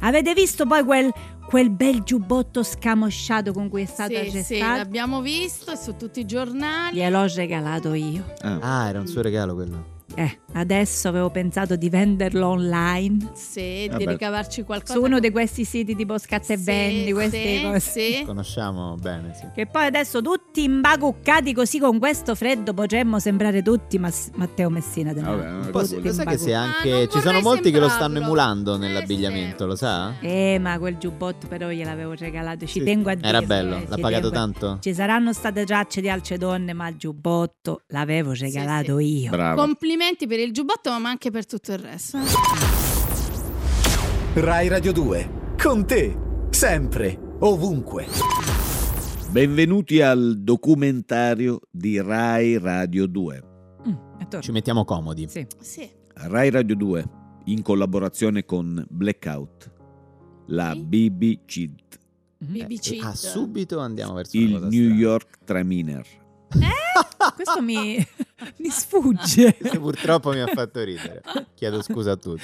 Speaker 4: avete visto poi quel, quel bel giubbotto scamosciato con cui è stato
Speaker 2: Sì, sì,
Speaker 4: arrestato?
Speaker 2: l'abbiamo visto è su tutti i giornali.
Speaker 4: Gliel'ho regalato io.
Speaker 3: Ah.
Speaker 1: Ah, era un suo regalo quello.
Speaker 4: Eh, adesso avevo pensato di venderlo online
Speaker 2: Sì, di
Speaker 3: Vabbè.
Speaker 2: ricavarci qualcosa.
Speaker 4: su uno di questi siti tipo scatta e
Speaker 2: Sì,
Speaker 4: vendi, queste
Speaker 2: sì,
Speaker 4: cose.
Speaker 2: sì.
Speaker 1: Conosciamo bene, sì.
Speaker 4: Che poi adesso tutti imbacuccati così con questo freddo potremmo sembrare tutti Mas- Matteo Messina Denaro.
Speaker 3: Vabbè,
Speaker 1: Un
Speaker 3: eh,
Speaker 1: po'
Speaker 3: che
Speaker 1: sì,
Speaker 3: vuol
Speaker 1: lo sai
Speaker 3: dire?
Speaker 1: che
Speaker 4: Ah,
Speaker 1: se
Speaker 2: Ma
Speaker 1: anche...
Speaker 2: non
Speaker 1: Ci sono
Speaker 2: vorrei
Speaker 1: molti che lo
Speaker 2: sembrarlo.
Speaker 1: stanno emulando
Speaker 2: Eh,
Speaker 1: nell'abbigliamento, lo
Speaker 2: sì.
Speaker 1: sa?
Speaker 4: Eh, ma quel giubbotto però gliel'avevo regalato, ci
Speaker 3: Sì.
Speaker 4: tengo a dire.
Speaker 1: Era bello,
Speaker 4: eh,
Speaker 1: l'ha
Speaker 4: ci
Speaker 1: pagato
Speaker 4: tengo a-
Speaker 1: tanto?
Speaker 4: Ci saranno state tracce di altre donne, ma il giubbotto l'avevo regalato io.
Speaker 3: Bravo.
Speaker 2: Complimenti per il giubbotto, ma anche per tutto il resto.
Speaker 4: Ah.
Speaker 5: Rai Radio 2, con te, sempre, ovunque.
Speaker 3: Benvenuti al documentario di Rai Radio 2.
Speaker 4: Mm, attorno.
Speaker 1: Ci mettiamo comodi.
Speaker 4: Sì.
Speaker 2: Sì.
Speaker 3: Rai Radio 2, in collaborazione con Blackout, la
Speaker 2: Sì.
Speaker 3: BBC,
Speaker 1: Eh,
Speaker 2: BBC.
Speaker 6: Ah, subito andiamo verso una
Speaker 3: il
Speaker 6: cosa
Speaker 3: New
Speaker 6: strana.
Speaker 3: York Traminer.
Speaker 4: Questo mi, mi sfugge.
Speaker 6: Che purtroppo mi ha fatto ridere. Chiedo scusa a tutti.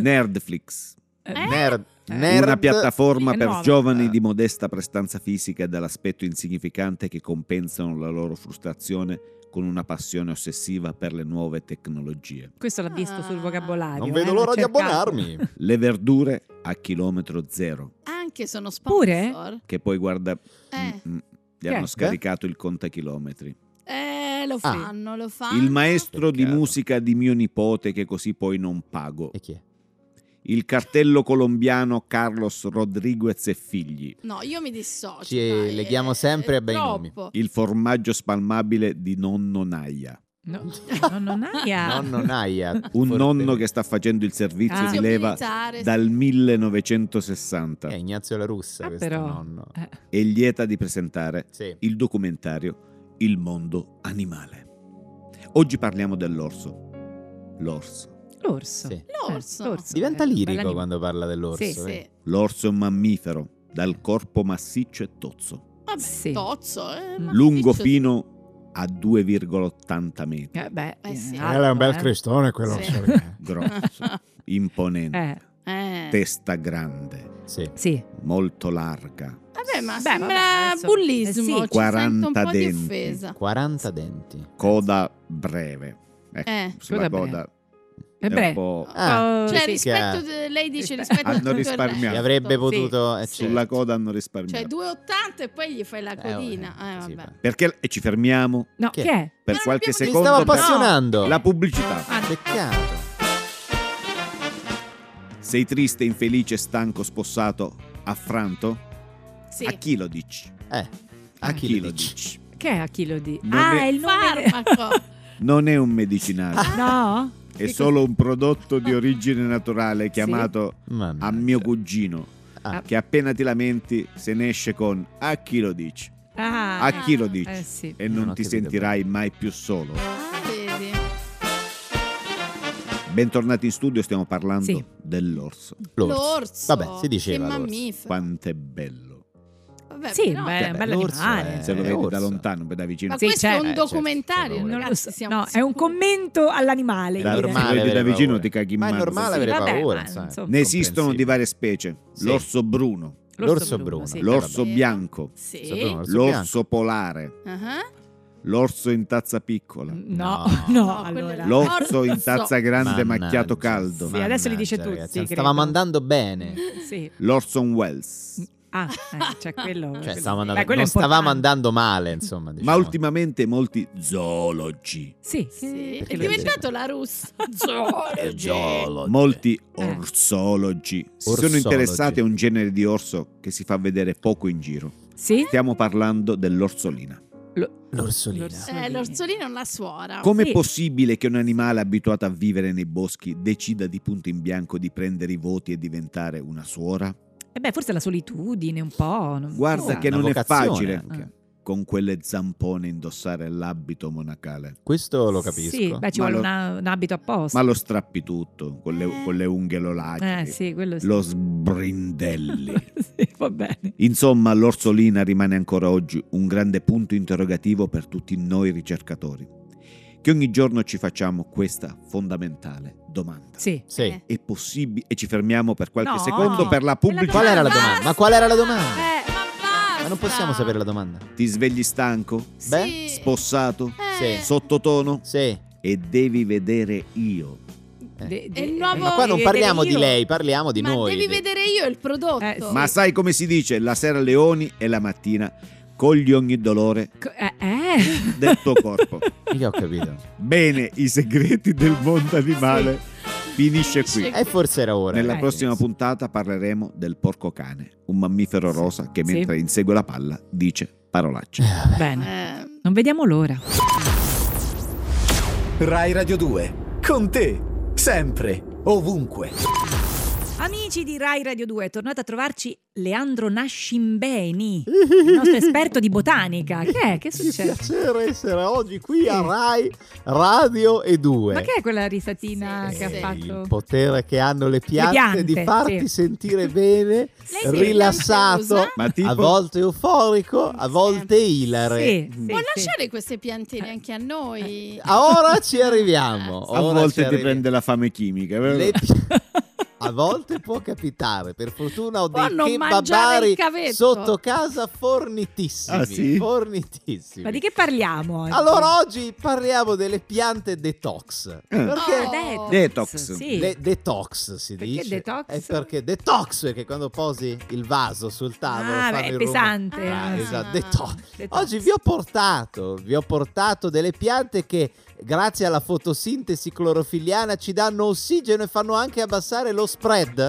Speaker 3: Nerdflix,
Speaker 4: Eh?
Speaker 6: Nerd,
Speaker 4: Eh.
Speaker 6: nerd
Speaker 3: una piattaforma
Speaker 4: È
Speaker 3: per
Speaker 4: nuova.
Speaker 3: giovani di modesta prestanza fisica e dall'aspetto insignificante che compensano la loro frustrazione con una passione ossessiva per le nuove tecnologie.
Speaker 4: Questo l'ha visto sul vocabolario.
Speaker 6: Non
Speaker 4: eh,
Speaker 6: vedo l'ora
Speaker 4: l'ho
Speaker 6: di
Speaker 4: cercato.
Speaker 6: abbonarmi.
Speaker 3: Le verdure a chilometro zero,
Speaker 2: Anche sono sponsor.
Speaker 4: Pure?
Speaker 3: che poi guarda,
Speaker 2: Eh,
Speaker 3: mm, mm, gli
Speaker 4: Che
Speaker 3: hanno
Speaker 4: è?
Speaker 3: scaricato il contachilometri.
Speaker 2: eh, lo fanno, lo fanno.
Speaker 3: Il maestro di
Speaker 6: Peccato.
Speaker 3: musica di mio nipote che così poi non pago.
Speaker 6: E chi è?
Speaker 3: Il cartello colombiano Carlos Rodriguez e figli.
Speaker 2: No, io mi dissocio.
Speaker 6: Ci
Speaker 2: dai,
Speaker 6: leghiamo
Speaker 2: eh,
Speaker 6: sempre
Speaker 2: è
Speaker 6: a bei nomi.
Speaker 2: troppo.
Speaker 3: Il formaggio spalmabile di nonno Naia.
Speaker 4: No, nonno Naia.
Speaker 6: Nonno Naia.
Speaker 3: Un
Speaker 6: forte-
Speaker 3: nonno che sta facendo il servizio
Speaker 4: Ah.
Speaker 3: di
Speaker 2: Servizio
Speaker 3: leva
Speaker 2: militare,
Speaker 3: dal
Speaker 6: È
Speaker 3: 1960
Speaker 6: Ignazio La Russa,
Speaker 4: Ah,
Speaker 6: questo
Speaker 4: però.
Speaker 6: nonno.
Speaker 4: Eh,
Speaker 3: e lieta di presentare
Speaker 6: Sì.
Speaker 3: il documentario Il mondo animale. Oggi parliamo dell'orso. L'orso.
Speaker 4: l'orso.
Speaker 6: Sì.
Speaker 4: Eh,
Speaker 2: L'orso.
Speaker 6: Diventa
Speaker 4: eh,
Speaker 6: lirico
Speaker 4: bell'anima.
Speaker 6: quando parla dell'orso. eh.
Speaker 4: Sì,
Speaker 6: vedi?
Speaker 3: Eh,
Speaker 2: Sì.
Speaker 3: L'orso è un mammifero dal corpo massiccio e tozzo,
Speaker 2: Vabbè,
Speaker 4: Sì.
Speaker 2: tozzo. Eh, ma
Speaker 3: lungo
Speaker 2: ciccio-
Speaker 3: fino a 2,80 metri,
Speaker 4: Eh, beh,
Speaker 2: Eh, sì.
Speaker 4: alto, eh.
Speaker 6: cristone
Speaker 2: Sì.
Speaker 3: grosso, imponente,
Speaker 4: Eh,
Speaker 2: Eh.
Speaker 3: testa grande,
Speaker 6: Sì.
Speaker 4: sì.
Speaker 3: molto larga,
Speaker 2: Vabbè, ma
Speaker 4: Beh,
Speaker 2: sembra
Speaker 4: vabbè, adesso-
Speaker 2: bullismo.
Speaker 4: eh, sì.
Speaker 2: Ci sento un po'
Speaker 3: 40
Speaker 2: di
Speaker 3: denti.
Speaker 2: offesa.
Speaker 6: 40 denti.
Speaker 3: coda breve. Ecco,
Speaker 2: Eh,
Speaker 3: sulla
Speaker 4: coda
Speaker 3: coda
Speaker 4: Eh,
Speaker 3: è
Speaker 4: beh.
Speaker 3: un po'...
Speaker 6: Ah,
Speaker 4: Oh,
Speaker 2: Cioè,
Speaker 4: sì.
Speaker 2: rispetto, de- lei dice rispetto a
Speaker 3: Hanno
Speaker 2: tutto il resto.
Speaker 3: risparmiato.
Speaker 6: Che avrebbe potuto... eh,
Speaker 4: sì.
Speaker 6: certo.
Speaker 3: Sulla coda hanno risparmiato.
Speaker 2: Cioè, 2,80 e poi gli fai la
Speaker 6: Eh,
Speaker 2: codina. Eh,
Speaker 6: sì,
Speaker 2: vabbè.
Speaker 6: va.
Speaker 3: Perché e ci fermiamo
Speaker 4: No,
Speaker 6: Che-
Speaker 4: che è?
Speaker 3: per
Speaker 2: Ma non
Speaker 3: qualche
Speaker 2: abbiamo-
Speaker 6: Mi
Speaker 3: secondo
Speaker 6: stavo
Speaker 3: per
Speaker 6: appassionando.
Speaker 3: la pubblicità.
Speaker 6: Peccato.
Speaker 3: Sei triste, infelice, stanco, spossato, affranto?
Speaker 2: Sì.
Speaker 3: A chi lo dici?
Speaker 6: Eh, a
Speaker 3: A
Speaker 6: chi lo dici?
Speaker 4: Che è Achille di?
Speaker 3: Non
Speaker 4: Ah,
Speaker 3: è-
Speaker 4: è il nome.
Speaker 2: Farmaco.
Speaker 3: Non è un
Speaker 4: Ah.
Speaker 3: medicinale,
Speaker 4: No?
Speaker 3: è solo un prodotto di origine naturale chiamato
Speaker 6: Mamma
Speaker 3: a
Speaker 6: mia.
Speaker 3: mio cugino.
Speaker 6: Ah.
Speaker 3: Che appena ti lamenti se ne esce con a chi lo dici?
Speaker 4: Ah,
Speaker 3: A chi lo dici?
Speaker 4: eh, sì.
Speaker 3: E
Speaker 6: Non
Speaker 3: non,
Speaker 6: ho
Speaker 3: ti
Speaker 6: capito
Speaker 3: sentirai mai più solo.
Speaker 2: Ah, vedi.
Speaker 3: Bentornati in studio, stiamo parlando
Speaker 4: Sì.
Speaker 3: dell'orso.
Speaker 6: L'orso.
Speaker 2: L'orso.
Speaker 6: Vabbè, si diceva
Speaker 2: Che
Speaker 6: l'orso.
Speaker 2: mammifero.
Speaker 3: Quanto è bello.
Speaker 2: Vabbè,
Speaker 4: Sì,
Speaker 2: però-
Speaker 4: beh,
Speaker 6: Che
Speaker 4: un
Speaker 6: beh,
Speaker 4: bel
Speaker 6: l'orso
Speaker 4: animale.
Speaker 6: è-
Speaker 3: Se lo
Speaker 6: Eh,
Speaker 3: vedi da
Speaker 6: orso.
Speaker 3: lontano, poi da vicino.
Speaker 2: Ma
Speaker 4: Sì,
Speaker 2: questo
Speaker 4: certo.
Speaker 2: è
Speaker 6: Eh,
Speaker 2: un
Speaker 6: certo,
Speaker 2: documentario,
Speaker 6: sembra
Speaker 4: Non lo
Speaker 2: ragazzi,
Speaker 4: so.
Speaker 2: siamo
Speaker 4: No, è un
Speaker 2: sicuri.
Speaker 4: commento all'animale.
Speaker 3: Da-
Speaker 4: direi.
Speaker 3: se lo vedi da
Speaker 6: avere
Speaker 3: vicino
Speaker 6: paura.
Speaker 3: ti caghi in
Speaker 6: Ma è
Speaker 3: mano.
Speaker 6: normale
Speaker 4: Sì,
Speaker 6: avere
Speaker 4: vabbè,
Speaker 6: paura,
Speaker 4: ma
Speaker 6: insomma.
Speaker 4: insomma.
Speaker 3: Ne esistono di
Speaker 6: Comprensibile.
Speaker 3: varie specie:
Speaker 6: Sì.
Speaker 3: l'orso bruno,
Speaker 6: l'orso bruno,
Speaker 4: sì.
Speaker 3: l'orso
Speaker 2: Sì.
Speaker 3: bianco,
Speaker 2: Sì.
Speaker 6: L'orso bruno, l'orso bianco.
Speaker 3: l'orso polare,
Speaker 2: Ah,
Speaker 3: l'orso in tazza piccola,
Speaker 6: No,
Speaker 4: No, no,
Speaker 2: no,
Speaker 4: allora.
Speaker 2: quello-
Speaker 3: l'orso in tazza grande
Speaker 6: Mannaggia,
Speaker 3: macchiato caldo,
Speaker 4: Sì, adesso li dice
Speaker 6: mannaggia,
Speaker 4: tutti,
Speaker 6: ragazzi, non
Speaker 4: credo. Mm.
Speaker 6: Stavamo andando bene.
Speaker 4: Sì.
Speaker 3: l'orson Wells.
Speaker 4: Ah, eh, cioè quello.
Speaker 6: Cioè,
Speaker 4: quello-
Speaker 6: stavamo andando,
Speaker 4: Beh, quello
Speaker 6: non
Speaker 4: è
Speaker 6: stavamo
Speaker 4: importante.
Speaker 6: andando male, insomma.
Speaker 3: Ma
Speaker 6: diciamo.
Speaker 3: ultimamente molti zoologi,
Speaker 4: Sì,
Speaker 2: sì.
Speaker 4: perché
Speaker 2: È
Speaker 4: lo-
Speaker 2: diventato la russa.
Speaker 6: Eh,
Speaker 2: Zoologi.
Speaker 6: giolo.
Speaker 3: molti
Speaker 4: Eh.
Speaker 3: orsologi si sono
Speaker 6: Orsologi.
Speaker 3: interessati a un genere di orso che si fa vedere poco in giro.
Speaker 4: Sì?
Speaker 3: Stiamo parlando dell'orsolina.
Speaker 4: Lo-
Speaker 6: L'orsolina.
Speaker 4: L'orso-
Speaker 2: Eh, l'orsolino è una suora.
Speaker 3: Com'è
Speaker 4: Sì.
Speaker 3: possibile che un animale abituato a vivere nei boschi decida di punto in bianco di prendere i voti e diventare una suora?
Speaker 4: Eh beh, forse la solitudine un po'. non-
Speaker 3: Guarda
Speaker 4: so.
Speaker 3: che
Speaker 6: una
Speaker 3: non è
Speaker 6: vocazione
Speaker 3: facile
Speaker 6: anche.
Speaker 4: Ah.
Speaker 3: con quelle zampone indossare l'abito monacale.
Speaker 6: Questo lo capisco.
Speaker 4: Sì, beh, ci
Speaker 3: Ma
Speaker 4: vuole
Speaker 3: lo-
Speaker 4: una- un abito apposta.
Speaker 3: Ma lo strappi tutto, con le, con le unghie lolacee,
Speaker 4: Eh, sì, quello sì.
Speaker 3: lo sbrindelli.
Speaker 4: Sì, va bene.
Speaker 3: Insomma, l'orsolina rimane ancora oggi un grande punto interrogativo per tutti noi ricercatori, che ogni giorno ci facciamo questa fondamentale domanda.
Speaker 4: Sì.
Speaker 6: Sì.
Speaker 2: Eh.
Speaker 3: È possibile? E ci fermiamo per qualche
Speaker 4: No,
Speaker 3: secondo per la pubblicità.
Speaker 6: Qual era la domanda? Ma qual era la domanda?
Speaker 2: Eh, ma basta.
Speaker 6: Ma non possiamo sapere la domanda.
Speaker 3: Ti svegli stanco,
Speaker 2: Sì.
Speaker 6: Beh,
Speaker 3: spossato,
Speaker 2: Eh,
Speaker 6: Sì.
Speaker 3: sottotono
Speaker 6: Sì.
Speaker 3: e devi vedere io.
Speaker 4: De- de-
Speaker 2: il nuovo-
Speaker 6: Eh. Ma qua non
Speaker 4: devi
Speaker 6: parliamo
Speaker 4: vedere
Speaker 6: di
Speaker 4: io.
Speaker 6: lei, parliamo di
Speaker 2: ma
Speaker 6: noi.
Speaker 2: devi
Speaker 6: De-
Speaker 2: vedere io il prodotto.
Speaker 4: Eh, sì.
Speaker 3: Ma sai come si dice? La sera leoni e la mattina cogli ogni dolore
Speaker 4: Co- Eh, eh.
Speaker 3: del tuo corpo.
Speaker 6: Mica ho capito.
Speaker 3: Bene, i segreti del mondo animale finisce qui.
Speaker 2: Finisce
Speaker 6: E forse era ora.
Speaker 3: Nella
Speaker 4: Eh,
Speaker 3: prossima puntata parleremo del porco cane, un mammifero rosa che
Speaker 4: Sì.
Speaker 3: mentre insegue la palla dice parolacce.
Speaker 4: Bene,
Speaker 2: Eh,
Speaker 4: non vediamo l'ora.
Speaker 5: Rai Radio 2, con te, sempre, ovunque.
Speaker 4: Amici di Rai Radio 2, è tornato a trovarci Leandro Nascimbeni, il nostro esperto di botanica. Che è? Che
Speaker 1: Che
Speaker 4: succede?
Speaker 1: piacere essere oggi qui a
Speaker 4: Sì.
Speaker 1: Rai Radio e 2.
Speaker 4: Ma che è quella risatina
Speaker 6: Eh,
Speaker 2: Sì,
Speaker 4: che
Speaker 2: sì.
Speaker 4: ha
Speaker 1: Il
Speaker 4: fatto?
Speaker 1: potere che hanno le piante,
Speaker 4: piante,
Speaker 1: di farti
Speaker 4: sì.
Speaker 1: sentire bene,
Speaker 2: Lei sì,
Speaker 1: rilassato,
Speaker 2: Lampedusa?
Speaker 3: Ma tipo-
Speaker 1: a volte euforico, a volte ilare.
Speaker 4: Sì, sì, Eh.
Speaker 2: Può
Speaker 4: sì.
Speaker 2: lasciare queste piantine anche a noi.
Speaker 1: A ora ci arriviamo.
Speaker 3: A
Speaker 1: ora ci
Speaker 3: volte ti
Speaker 1: arriviamo.
Speaker 3: prende la fame chimica, vero?
Speaker 1: Le pi- A volte può capitare, per fortuna ho
Speaker 2: Può
Speaker 1: dei
Speaker 2: non mangiare
Speaker 1: kebabari
Speaker 2: il cavetto.
Speaker 1: sotto casa fornitissimi,
Speaker 3: Ah, sì?
Speaker 1: fornitissimi.
Speaker 4: Ma di che parliamo? oggi?
Speaker 1: Allora oggi parliamo delle piante detox. Perché
Speaker 2: Oh.
Speaker 4: Ah,
Speaker 3: Detox.
Speaker 4: Sì.
Speaker 1: le detox si
Speaker 4: Perché
Speaker 1: dice.
Speaker 4: detox?
Speaker 1: È perché detox perché quando posi il vaso sul tavolo
Speaker 4: Ah,
Speaker 1: fanno
Speaker 4: beh,
Speaker 1: il
Speaker 4: è
Speaker 1: rumore.
Speaker 4: pesante.
Speaker 1: Ah,
Speaker 4: Ah.
Speaker 1: esatto, detox.
Speaker 4: Detox.
Speaker 1: Oggi vi ho portato, vi ho portato delle piante che grazie alla fotosintesi clorofiliana ci danno ossigeno e fanno anche abbassare lo spread,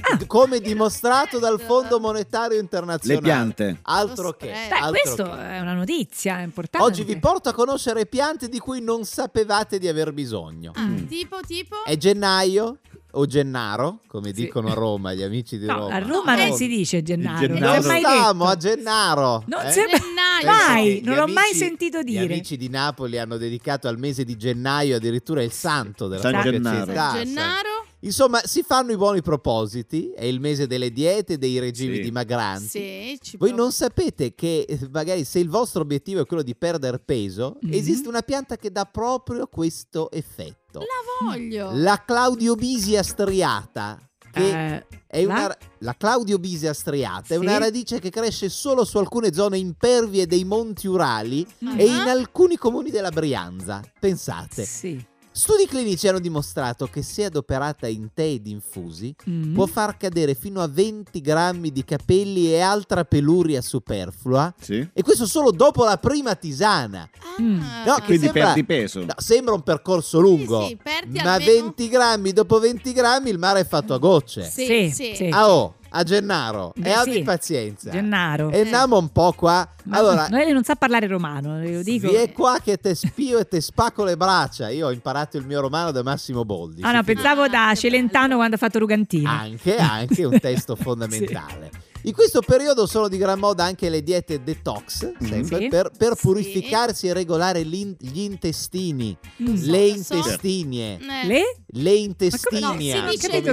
Speaker 4: Ah.
Speaker 1: d- come dimostrato dal Fondo Monetario
Speaker 3: Le
Speaker 1: Internazionale.
Speaker 3: piante.
Speaker 1: Altro
Speaker 2: Lo
Speaker 1: che,
Speaker 2: spread.
Speaker 4: Beh,
Speaker 1: altro
Speaker 4: questo
Speaker 1: che.
Speaker 4: è una notizia importante.
Speaker 1: Oggi vi porto a conoscere piante di cui non sapevate di aver bisogno.
Speaker 2: Ah,
Speaker 3: Mm.
Speaker 2: tipo, tipo.
Speaker 1: È gennaio o gennaro, come
Speaker 4: Sì.
Speaker 1: dicono a Roma gli amici di
Speaker 4: No,
Speaker 1: Roma.
Speaker 4: a Roma
Speaker 2: No,
Speaker 4: non
Speaker 2: eh,
Speaker 4: si dice Gennaro.
Speaker 3: Gennaro.
Speaker 4: Non l'ho mai
Speaker 1: Siamo
Speaker 4: detto.
Speaker 1: a Gennaro.
Speaker 4: Non
Speaker 1: eh?
Speaker 4: si è mai-
Speaker 2: Gennaio.
Speaker 1: Pensa
Speaker 4: Mai,
Speaker 1: che gli
Speaker 4: non l'ho mai
Speaker 1: amici-
Speaker 4: sentito
Speaker 1: Gli
Speaker 4: dire.
Speaker 1: amici di Napoli hanno dedicato al mese di gennaio addirittura il santo della
Speaker 3: San
Speaker 1: propria
Speaker 3: Gennaro.
Speaker 1: città.
Speaker 2: Gennaro.
Speaker 1: Insomma, si fanno i buoni propositi, è il mese delle diete, dei regimi
Speaker 3: Sì.
Speaker 1: dimagranti.
Speaker 2: Sì, ci
Speaker 1: Voi
Speaker 2: provo.
Speaker 1: non sapete che eh, magari se il vostro obiettivo è quello di perdere peso,
Speaker 4: Mhm.
Speaker 1: esiste una pianta che dà proprio questo effetto.
Speaker 2: La voglio.
Speaker 1: Mm. La Claudiobisia striata, che
Speaker 4: Eh,
Speaker 1: è
Speaker 4: la?
Speaker 1: una, la? Claudiobisia striata è
Speaker 4: Sì.
Speaker 1: una radice che cresce solo su alcune zone impervie dei monti Urali
Speaker 4: Mm.
Speaker 1: e in alcuni comuni della Brianza. Pensate.
Speaker 4: sì.
Speaker 1: Studi clinici hanno dimostrato che se adoperata in tè ed infusi
Speaker 4: Mm.
Speaker 1: può far cadere fino a 20 grammi di capelli e altra peluria superflua
Speaker 3: Sì.
Speaker 1: e questo solo dopo la prima tisana.
Speaker 4: Mm.
Speaker 2: Ah.
Speaker 1: No, che
Speaker 3: Quindi
Speaker 1: sembra-
Speaker 3: perdi peso.
Speaker 1: No, sembra un percorso lungo,
Speaker 2: Sì, sì, perdi
Speaker 1: ma
Speaker 2: almeno-
Speaker 1: 20 grammi dopo 20 grammi il mare è fatto a gocce.
Speaker 4: Sì,
Speaker 2: Sì, sì.
Speaker 4: sì.
Speaker 1: Ah oh, a Gennaro.
Speaker 4: Beh,
Speaker 1: e abbi
Speaker 4: sì.
Speaker 1: pazienza.
Speaker 4: Gennaro. Eh.
Speaker 1: E andiamo un po' qua.
Speaker 4: Ma
Speaker 1: Allora,
Speaker 4: lei non sa parlare romano, ve lo dico.
Speaker 1: vi è qua che te spio e te spacco le braccia. Io ho imparato il mio romano da Massimo Boldi.
Speaker 4: Ah no,
Speaker 1: Sì,
Speaker 4: pensavo da
Speaker 2: Ah, che
Speaker 4: Celentano
Speaker 2: bello.
Speaker 4: quando ha fatto Rugantino.
Speaker 1: Anche, anche un testo
Speaker 4: Sì.
Speaker 1: fondamentale. In questo periodo sono di gran moda anche le diete detox, sempre,
Speaker 4: Mm. Sì.
Speaker 1: per, per
Speaker 2: Sì.
Speaker 1: purificarsi e regolare l'in- gli intestini,
Speaker 4: Mm.
Speaker 2: So-
Speaker 1: le
Speaker 2: so-
Speaker 1: intestinie,
Speaker 2: Eh.
Speaker 4: Le?
Speaker 1: le
Speaker 4: come no?
Speaker 1: intestinie,
Speaker 4: Si
Speaker 1: come,
Speaker 4: dice
Speaker 1: dicevano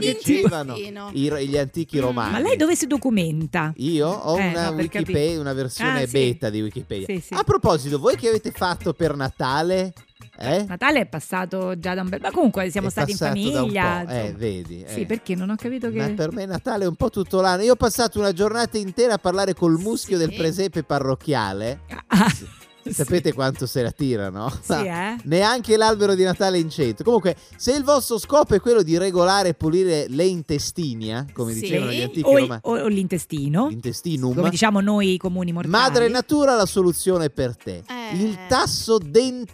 Speaker 2: l'intestino.
Speaker 1: i- gli antichi
Speaker 2: Mm.
Speaker 1: romani.
Speaker 4: Ma lei dove si documenta?
Speaker 1: Io ho
Speaker 4: Eh,
Speaker 1: una,
Speaker 4: no, per
Speaker 1: Wikipedia-
Speaker 4: capire.
Speaker 1: una versione
Speaker 4: Ah, sì.
Speaker 1: beta di Wikipedia.
Speaker 4: Sì, sì.
Speaker 1: A proposito, voi che avete fatto per Natale? Eh?
Speaker 4: Natale è passato già da un bel... Ma comunque siamo
Speaker 1: È
Speaker 4: stati in
Speaker 1: passato da un
Speaker 4: famiglia.
Speaker 1: po', eh,
Speaker 4: insomma.
Speaker 1: vedi, eh.
Speaker 4: Sì, perché non ho capito che...
Speaker 1: Ma per me Natale è un po' tutto l'anno. Io ho passato una giornata intera a parlare col muschio
Speaker 2: Sì.
Speaker 1: del presepe parrocchiale.
Speaker 4: Ah, sì.
Speaker 1: Sapete quanto se la tirano?
Speaker 4: Sì, eh?
Speaker 1: Neanche l'albero di Natale in centro. Comunque, se il vostro scopo è quello di regolare e pulire le intestinia, come
Speaker 2: Sì.
Speaker 1: dicevano gli antichi
Speaker 4: O,
Speaker 1: romani,
Speaker 4: o- o l'intestino,
Speaker 1: l'intestinum,
Speaker 4: oh. come diciamo noi comuni mortali.
Speaker 1: Madre Natura ha la soluzione per te.
Speaker 2: Eh.
Speaker 1: Il tasso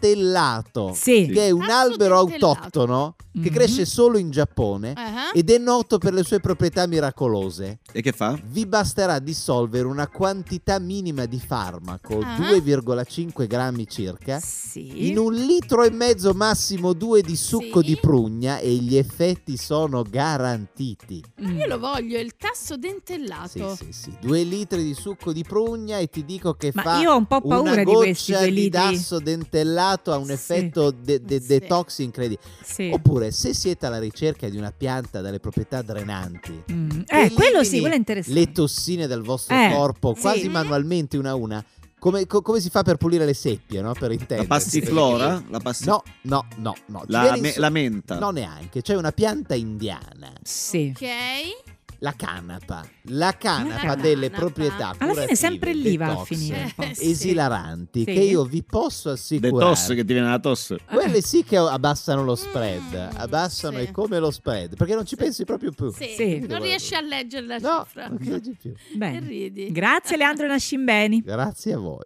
Speaker 1: dentellato,
Speaker 4: Sì.
Speaker 1: che è un
Speaker 2: Tasso
Speaker 1: albero
Speaker 2: dentellato.
Speaker 1: autoctono che
Speaker 4: Mhm.
Speaker 1: cresce solo in
Speaker 4: Eh.
Speaker 1: Giappone
Speaker 2: Ah.
Speaker 1: ed è noto per le sue proprietà miracolose.
Speaker 3: E che fa?
Speaker 1: Vi basterà dissolvere una quantità minima di farmaco,
Speaker 2: Ah.
Speaker 1: 2,5 grammi circa,
Speaker 4: Eh? Sì.
Speaker 1: in un litro e mezzo massimo due di succo
Speaker 2: Sì.
Speaker 1: di prugna e gli effetti sono garantiti.
Speaker 4: Mm.
Speaker 2: Io lo voglio, il tasso dentellato.
Speaker 1: Sì, sì, sì. Due litri di succo di prugna e ti dico che
Speaker 4: Ma
Speaker 1: fa
Speaker 4: io ho un po'
Speaker 1: una
Speaker 4: paura di
Speaker 1: goccia
Speaker 4: questi due
Speaker 1: di
Speaker 4: litri.
Speaker 1: dasso dentellato ha un
Speaker 4: Sì.
Speaker 1: effetto de- de-
Speaker 2: Sì.
Speaker 1: detox incredibile.
Speaker 4: Sì.
Speaker 1: Oppure, se siete alla ricerca di una pianta dalle proprietà drenanti,
Speaker 4: Mm.
Speaker 1: che
Speaker 4: Eh, quello sì,
Speaker 1: elimini
Speaker 4: quello è interessante.
Speaker 1: le tossine del vostro
Speaker 4: Eh,
Speaker 1: corpo
Speaker 4: sì.
Speaker 1: quasi manualmente una a una, come, co- come si fa per pulire le seppie, no? Per
Speaker 3: La
Speaker 1: intendersi.
Speaker 3: passiflora? La passi-
Speaker 1: No, no, no, no. Ti
Speaker 3: La,
Speaker 1: viene in
Speaker 3: me-
Speaker 1: so-
Speaker 3: la menta.
Speaker 1: No, neanche. C'è una pianta indiana,
Speaker 4: Sì.
Speaker 2: Ok.
Speaker 1: la canapa. La canapa
Speaker 2: canapa.
Speaker 1: delle proprietà
Speaker 4: Alla fine
Speaker 1: curative,
Speaker 4: è sempre lì va a
Speaker 1: detox,
Speaker 4: finire.
Speaker 2: Eh, sì.
Speaker 1: esilaranti
Speaker 4: Sì.
Speaker 1: che io vi posso
Speaker 3: De
Speaker 1: assicurare.
Speaker 3: tosse che ti viene la tosse.
Speaker 1: Quelle sì che abbassano lo spread,
Speaker 2: Mm,
Speaker 1: abbassano
Speaker 2: sì.
Speaker 1: e come lo spread, perché non ci pensi proprio più.
Speaker 2: Sì.
Speaker 4: Sì.
Speaker 1: Quindi
Speaker 2: Non
Speaker 1: guarda-
Speaker 2: riesci a leggere la
Speaker 1: No,
Speaker 2: cifra.
Speaker 1: non leggi più.
Speaker 2: E
Speaker 4: Bene.
Speaker 2: ridi.
Speaker 4: Grazie Leandro Nascimbeni.
Speaker 1: Grazie a voi.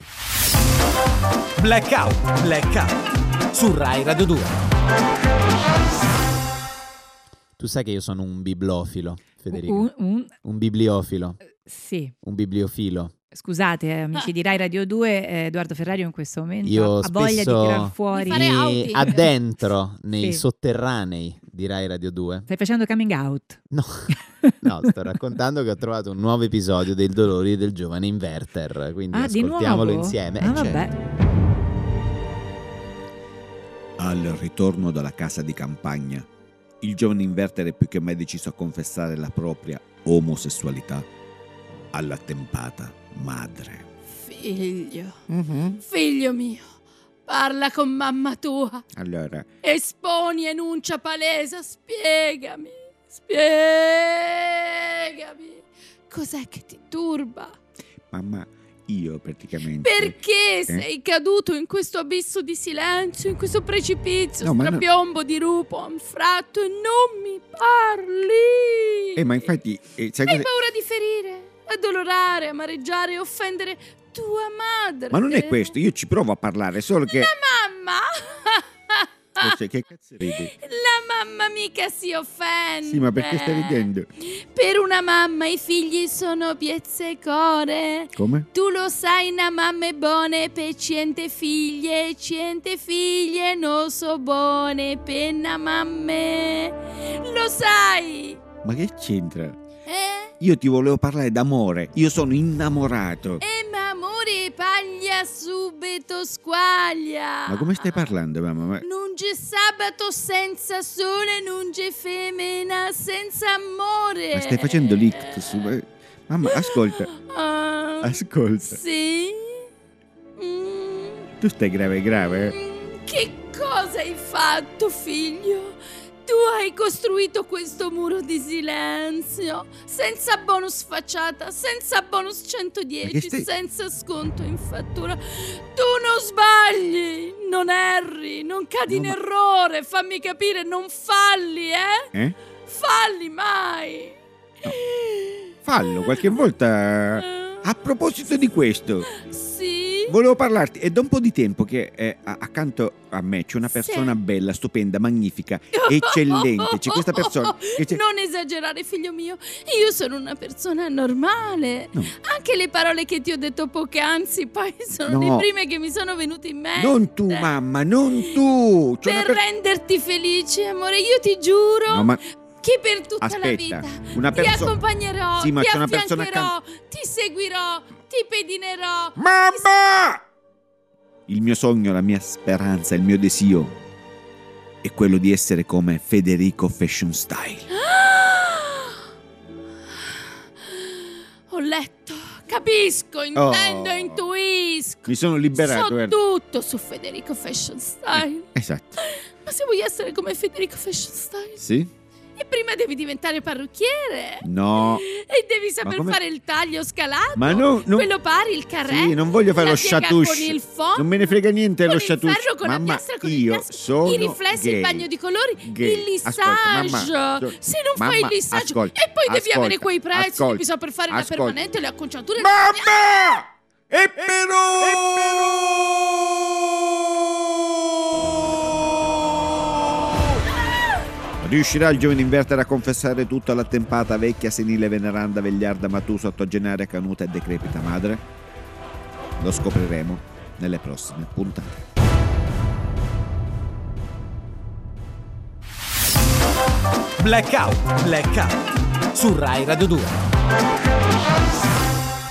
Speaker 5: Blackout, blackout. Su Rai Radio 2.
Speaker 1: Tu sai che io sono un bibliofilo, Federico.
Speaker 4: Un, un-
Speaker 1: Un bibliofilo,
Speaker 4: sì,
Speaker 1: un bibliofilo.
Speaker 7: Scusate, eh, amici di Rai Radio 2, eh, Edoardo Ferrario in questo momento
Speaker 6: Io
Speaker 7: ha voglia di
Speaker 6: spesso-
Speaker 7: tirar fuori.
Speaker 2: Di fare outing.
Speaker 6: Mi addentro nei
Speaker 7: Sì.
Speaker 6: sotterranei di Rai Radio 2.
Speaker 7: Stai facendo coming out.
Speaker 6: No, no, sto raccontando che ho trovato un nuovo episodio dei dolori del giovane inverter, quindi
Speaker 7: Ah, di
Speaker 6: ascoltiamolo
Speaker 7: nuovo?
Speaker 6: insieme.
Speaker 7: Ah,
Speaker 6: Eh, certo.
Speaker 7: vabbè.
Speaker 3: Al ritorno dalla casa di campagna, il giovane invertere è più che mai deciso a confessare la propria omosessualità alla tempata madre.
Speaker 2: Figlio,
Speaker 1: Mm-hmm.
Speaker 2: figlio mio, parla con mamma tua,
Speaker 3: Allora,
Speaker 2: esponi enuncia palesa, spiegami, spiegami. Cos'è che ti turba?
Speaker 3: mamma, io praticamente...
Speaker 2: Perché sei caduto in questo abisso di silenzio, in questo precipizio,
Speaker 3: No, ma no-
Speaker 2: strapiombo di rupo, anfratto e non mi parli?
Speaker 3: Eh, ma infatti, eh, sai
Speaker 2: Hai
Speaker 3: cosa-
Speaker 2: paura di ferire, addolorare, amareggiare e offendere tua madre.
Speaker 3: Ma non è questo, io ci provo a parlare, solo che...
Speaker 2: La mamma!
Speaker 3: Cioè, che cazzo ridi?
Speaker 2: La mamma mica si offende.
Speaker 3: Sì, ma perché stai ridendo?
Speaker 2: Per una mamma i figli sono piezzecore.
Speaker 3: Come?
Speaker 2: Tu lo sai, una mamma è buona per cento figlie, cento figlie non so buone per una mamma. Lo sai,
Speaker 3: Ma che c'entra?
Speaker 2: eh?
Speaker 3: Io ti volevo parlare d'amore, io sono innamorato.
Speaker 2: E ma amore paglia subito squaglia.
Speaker 3: Ma come stai parlando, mamma? Ma-
Speaker 2: Non c'è sabato senza sole, non c'è femmina senza amore.
Speaker 3: Ma stai facendo l'ictus? Ma- eh, Mamma, ascolta,
Speaker 2: Ah,
Speaker 3: ascolta.
Speaker 2: sì? Mm.
Speaker 3: Tu stai grave grave? eh?
Speaker 2: Mm, Che cosa hai fatto, figlio? Tu hai costruito questo muro di silenzio, senza bonus facciata, senza bonus
Speaker 3: Ma che
Speaker 2: 110,
Speaker 3: stai-
Speaker 2: senza sconto in fattura. Tu non sbagli, non erri, non cadi
Speaker 3: No,
Speaker 2: in
Speaker 3: ma-
Speaker 2: errore, fammi capire, non falli, eh?
Speaker 3: Eh?
Speaker 2: Falli mai!
Speaker 3: Fallo, qualche volta...
Speaker 2: Eh,
Speaker 3: A proposito di questo,
Speaker 2: Sì?
Speaker 3: volevo parlarti, è da un po' di tempo che eh, a- accanto a me c'è una persona
Speaker 2: Sì.
Speaker 3: bella, stupenda, magnifica, eccellente. C'è questa persona che c'è...
Speaker 2: Non esagerare, figlio mio. Io sono una persona normale.
Speaker 3: No.
Speaker 2: Anche le parole che ti ho detto poc'anzi, poi sono
Speaker 3: No.
Speaker 2: le prime che mi sono venute in mente.
Speaker 3: Non tu, mamma, non tu! C'è una
Speaker 2: Per
Speaker 3: per-
Speaker 2: renderti felice, amore, io ti giuro
Speaker 3: No, ma
Speaker 2: che per tutta
Speaker 3: aspetta,
Speaker 2: la vita
Speaker 3: una
Speaker 2: ti
Speaker 3: persona...
Speaker 2: accompagnerò,
Speaker 3: Sì, ma
Speaker 2: ti
Speaker 3: c'è una persona
Speaker 2: affiancherò, ti seguirò, ti pedinerò.
Speaker 3: Mamma! Il mio sogno, la mia speranza, il mio desio è quello di essere come Federico Fashion Style.
Speaker 2: Ho letto, capisco, intendo, intuisco.
Speaker 3: Oh. Mi sono liberato.
Speaker 2: so
Speaker 3: guarda.
Speaker 2: tutto su Federico Fashion Style.
Speaker 3: Esatto.
Speaker 2: Ma se vuoi essere come Federico Fashion Style,
Speaker 3: Sì?
Speaker 2: e prima devi diventare parrucchiere.
Speaker 3: No.
Speaker 2: E devi saper
Speaker 3: come-
Speaker 2: fare il taglio scalato.
Speaker 3: Ma no, non-
Speaker 2: Quello pari, il carré.
Speaker 3: Sì, non voglio fare
Speaker 2: la
Speaker 3: lo
Speaker 2: piega
Speaker 3: shatush.
Speaker 2: Con il fond,
Speaker 3: Non me ne frega niente
Speaker 2: con
Speaker 3: lo
Speaker 2: il
Speaker 3: shatush.
Speaker 2: ferro, con la
Speaker 3: Mamma,
Speaker 2: piastra, con il
Speaker 3: io
Speaker 2: casco,
Speaker 3: sono
Speaker 2: i riflessi,
Speaker 3: gay.
Speaker 2: il bagno di colori,
Speaker 3: Gay.
Speaker 2: il lissage.
Speaker 3: Ascolta, mamma,
Speaker 2: se non fai il
Speaker 3: mamma,
Speaker 2: lissage,
Speaker 3: ascolta,
Speaker 2: e poi devi
Speaker 3: ascolta,
Speaker 2: avere quei prezzi
Speaker 3: ascolta,
Speaker 2: che bisogna per fare
Speaker 3: ascolta.
Speaker 2: la permanente, le acconciature.
Speaker 3: Mamma! E Perù! Riuscirà il giovane inverter a confessare tutto alla tempata vecchia, senile, veneranda, vegliarda, matusa, ottogenaria, canuta e decrepita madre? Lo scopriremo nelle prossime puntate.
Speaker 5: Blackout, blackout. Su Rai Radio 2.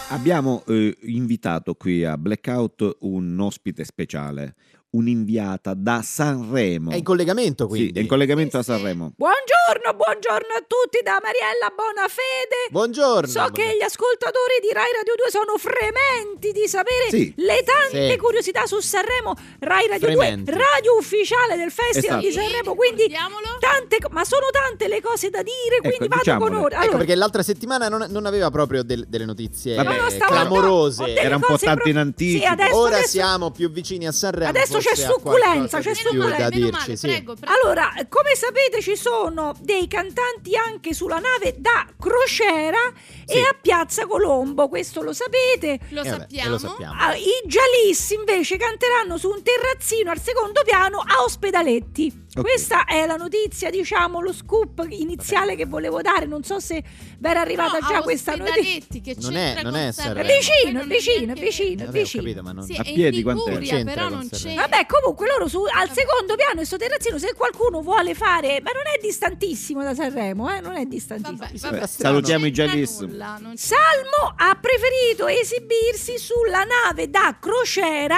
Speaker 3: Abbiamo eh, invitato qui a Blackout un ospite speciale, un'inviata da Sanremo.
Speaker 6: È in collegamento
Speaker 3: sì,
Speaker 6: quindi.
Speaker 3: è in collegamento a Sanremo.
Speaker 4: Buongiorno, buongiorno a tutti da Mariella Bonafede.
Speaker 6: Buongiorno.
Speaker 4: So che gli ascoltatori di Rai Radio 2 sono frementi di sapere
Speaker 3: Sì.
Speaker 4: le tante
Speaker 6: Sì.
Speaker 4: curiosità su Sanremo, Rai Radio
Speaker 6: Frementi.
Speaker 4: 2, radio ufficiale del Festival
Speaker 3: Esatto.
Speaker 4: di Sanremo, quindi
Speaker 2: Ricordiamolo.
Speaker 4: tante, co- ma sono tante le cose da dire, quindi vado
Speaker 3: diciamole.
Speaker 4: con ora.
Speaker 6: Ecco perché l'altra settimana non, non aveva proprio del- delle notizie
Speaker 3: Vabbè,
Speaker 4: no, no, stavo-
Speaker 6: eh, clamorose.
Speaker 4: ho delle
Speaker 3: Era un po'
Speaker 4: cose
Speaker 3: tanto in
Speaker 4: pro-
Speaker 3: anticipo.
Speaker 4: Sì, adesso,
Speaker 6: Ora
Speaker 4: adesso-
Speaker 6: siamo più vicini a Sanremo.
Speaker 4: Adesso c'è
Speaker 6: forse ha
Speaker 4: succulenza,
Speaker 6: qualcosa
Speaker 4: c'è
Speaker 6: di più
Speaker 2: Meno
Speaker 4: succulenza.
Speaker 6: da
Speaker 2: male, meno
Speaker 6: dirci,
Speaker 2: male,
Speaker 6: sì.
Speaker 2: prego, prego.
Speaker 4: Allora, come sapete ci sono dei cantanti anche sulla nave da crociera
Speaker 6: Sì.
Speaker 4: e a Piazza Colombo, questo lo sapete.
Speaker 2: Lo
Speaker 6: Eh, vabbè,
Speaker 2: sappiamo.
Speaker 6: e lo sappiamo.
Speaker 4: Ah, I Gialissi invece canteranno su un terrazzino al secondo piano a Ospedaletti.
Speaker 3: Ok.
Speaker 4: Questa è la notizia, diciamo, lo scoop iniziale che volevo dare. Non so se vi era arrivata
Speaker 2: No,
Speaker 4: già
Speaker 2: a
Speaker 4: questa notizia.
Speaker 2: Ospedaletti, che
Speaker 1: Non è-
Speaker 2: c'entra
Speaker 1: non
Speaker 2: con
Speaker 1: è
Speaker 4: È
Speaker 2: Sanremo.
Speaker 1: Sanremo.
Speaker 4: vicino,
Speaker 2: Poi
Speaker 4: è
Speaker 2: non
Speaker 4: vicino, è
Speaker 2: niente a che
Speaker 4: vicino, è
Speaker 1: Vabbè, ho
Speaker 4: vicino.
Speaker 1: capito, ma non...
Speaker 2: Sì,
Speaker 3: A
Speaker 2: è
Speaker 3: piedi
Speaker 2: in
Speaker 3: quant'è?
Speaker 2: Liguria,
Speaker 1: C'entra
Speaker 2: però
Speaker 1: con
Speaker 2: non c'è.
Speaker 1: Sanremo.
Speaker 4: Vabbè, comunque loro su- al secondo piano il suo terrazzino, se qualcuno vuole fare, ma non è distantissimo da Sanremo, eh, non è distantissimo.
Speaker 2: Vabbè,
Speaker 1: Sembra
Speaker 2: vabbè,
Speaker 1: strano.
Speaker 3: Salutiamo
Speaker 2: non
Speaker 3: i
Speaker 2: c'entra
Speaker 3: Giannis.
Speaker 2: nulla, non c'entra-
Speaker 4: Salmo ha preferito esibirsi sulla nave da crociera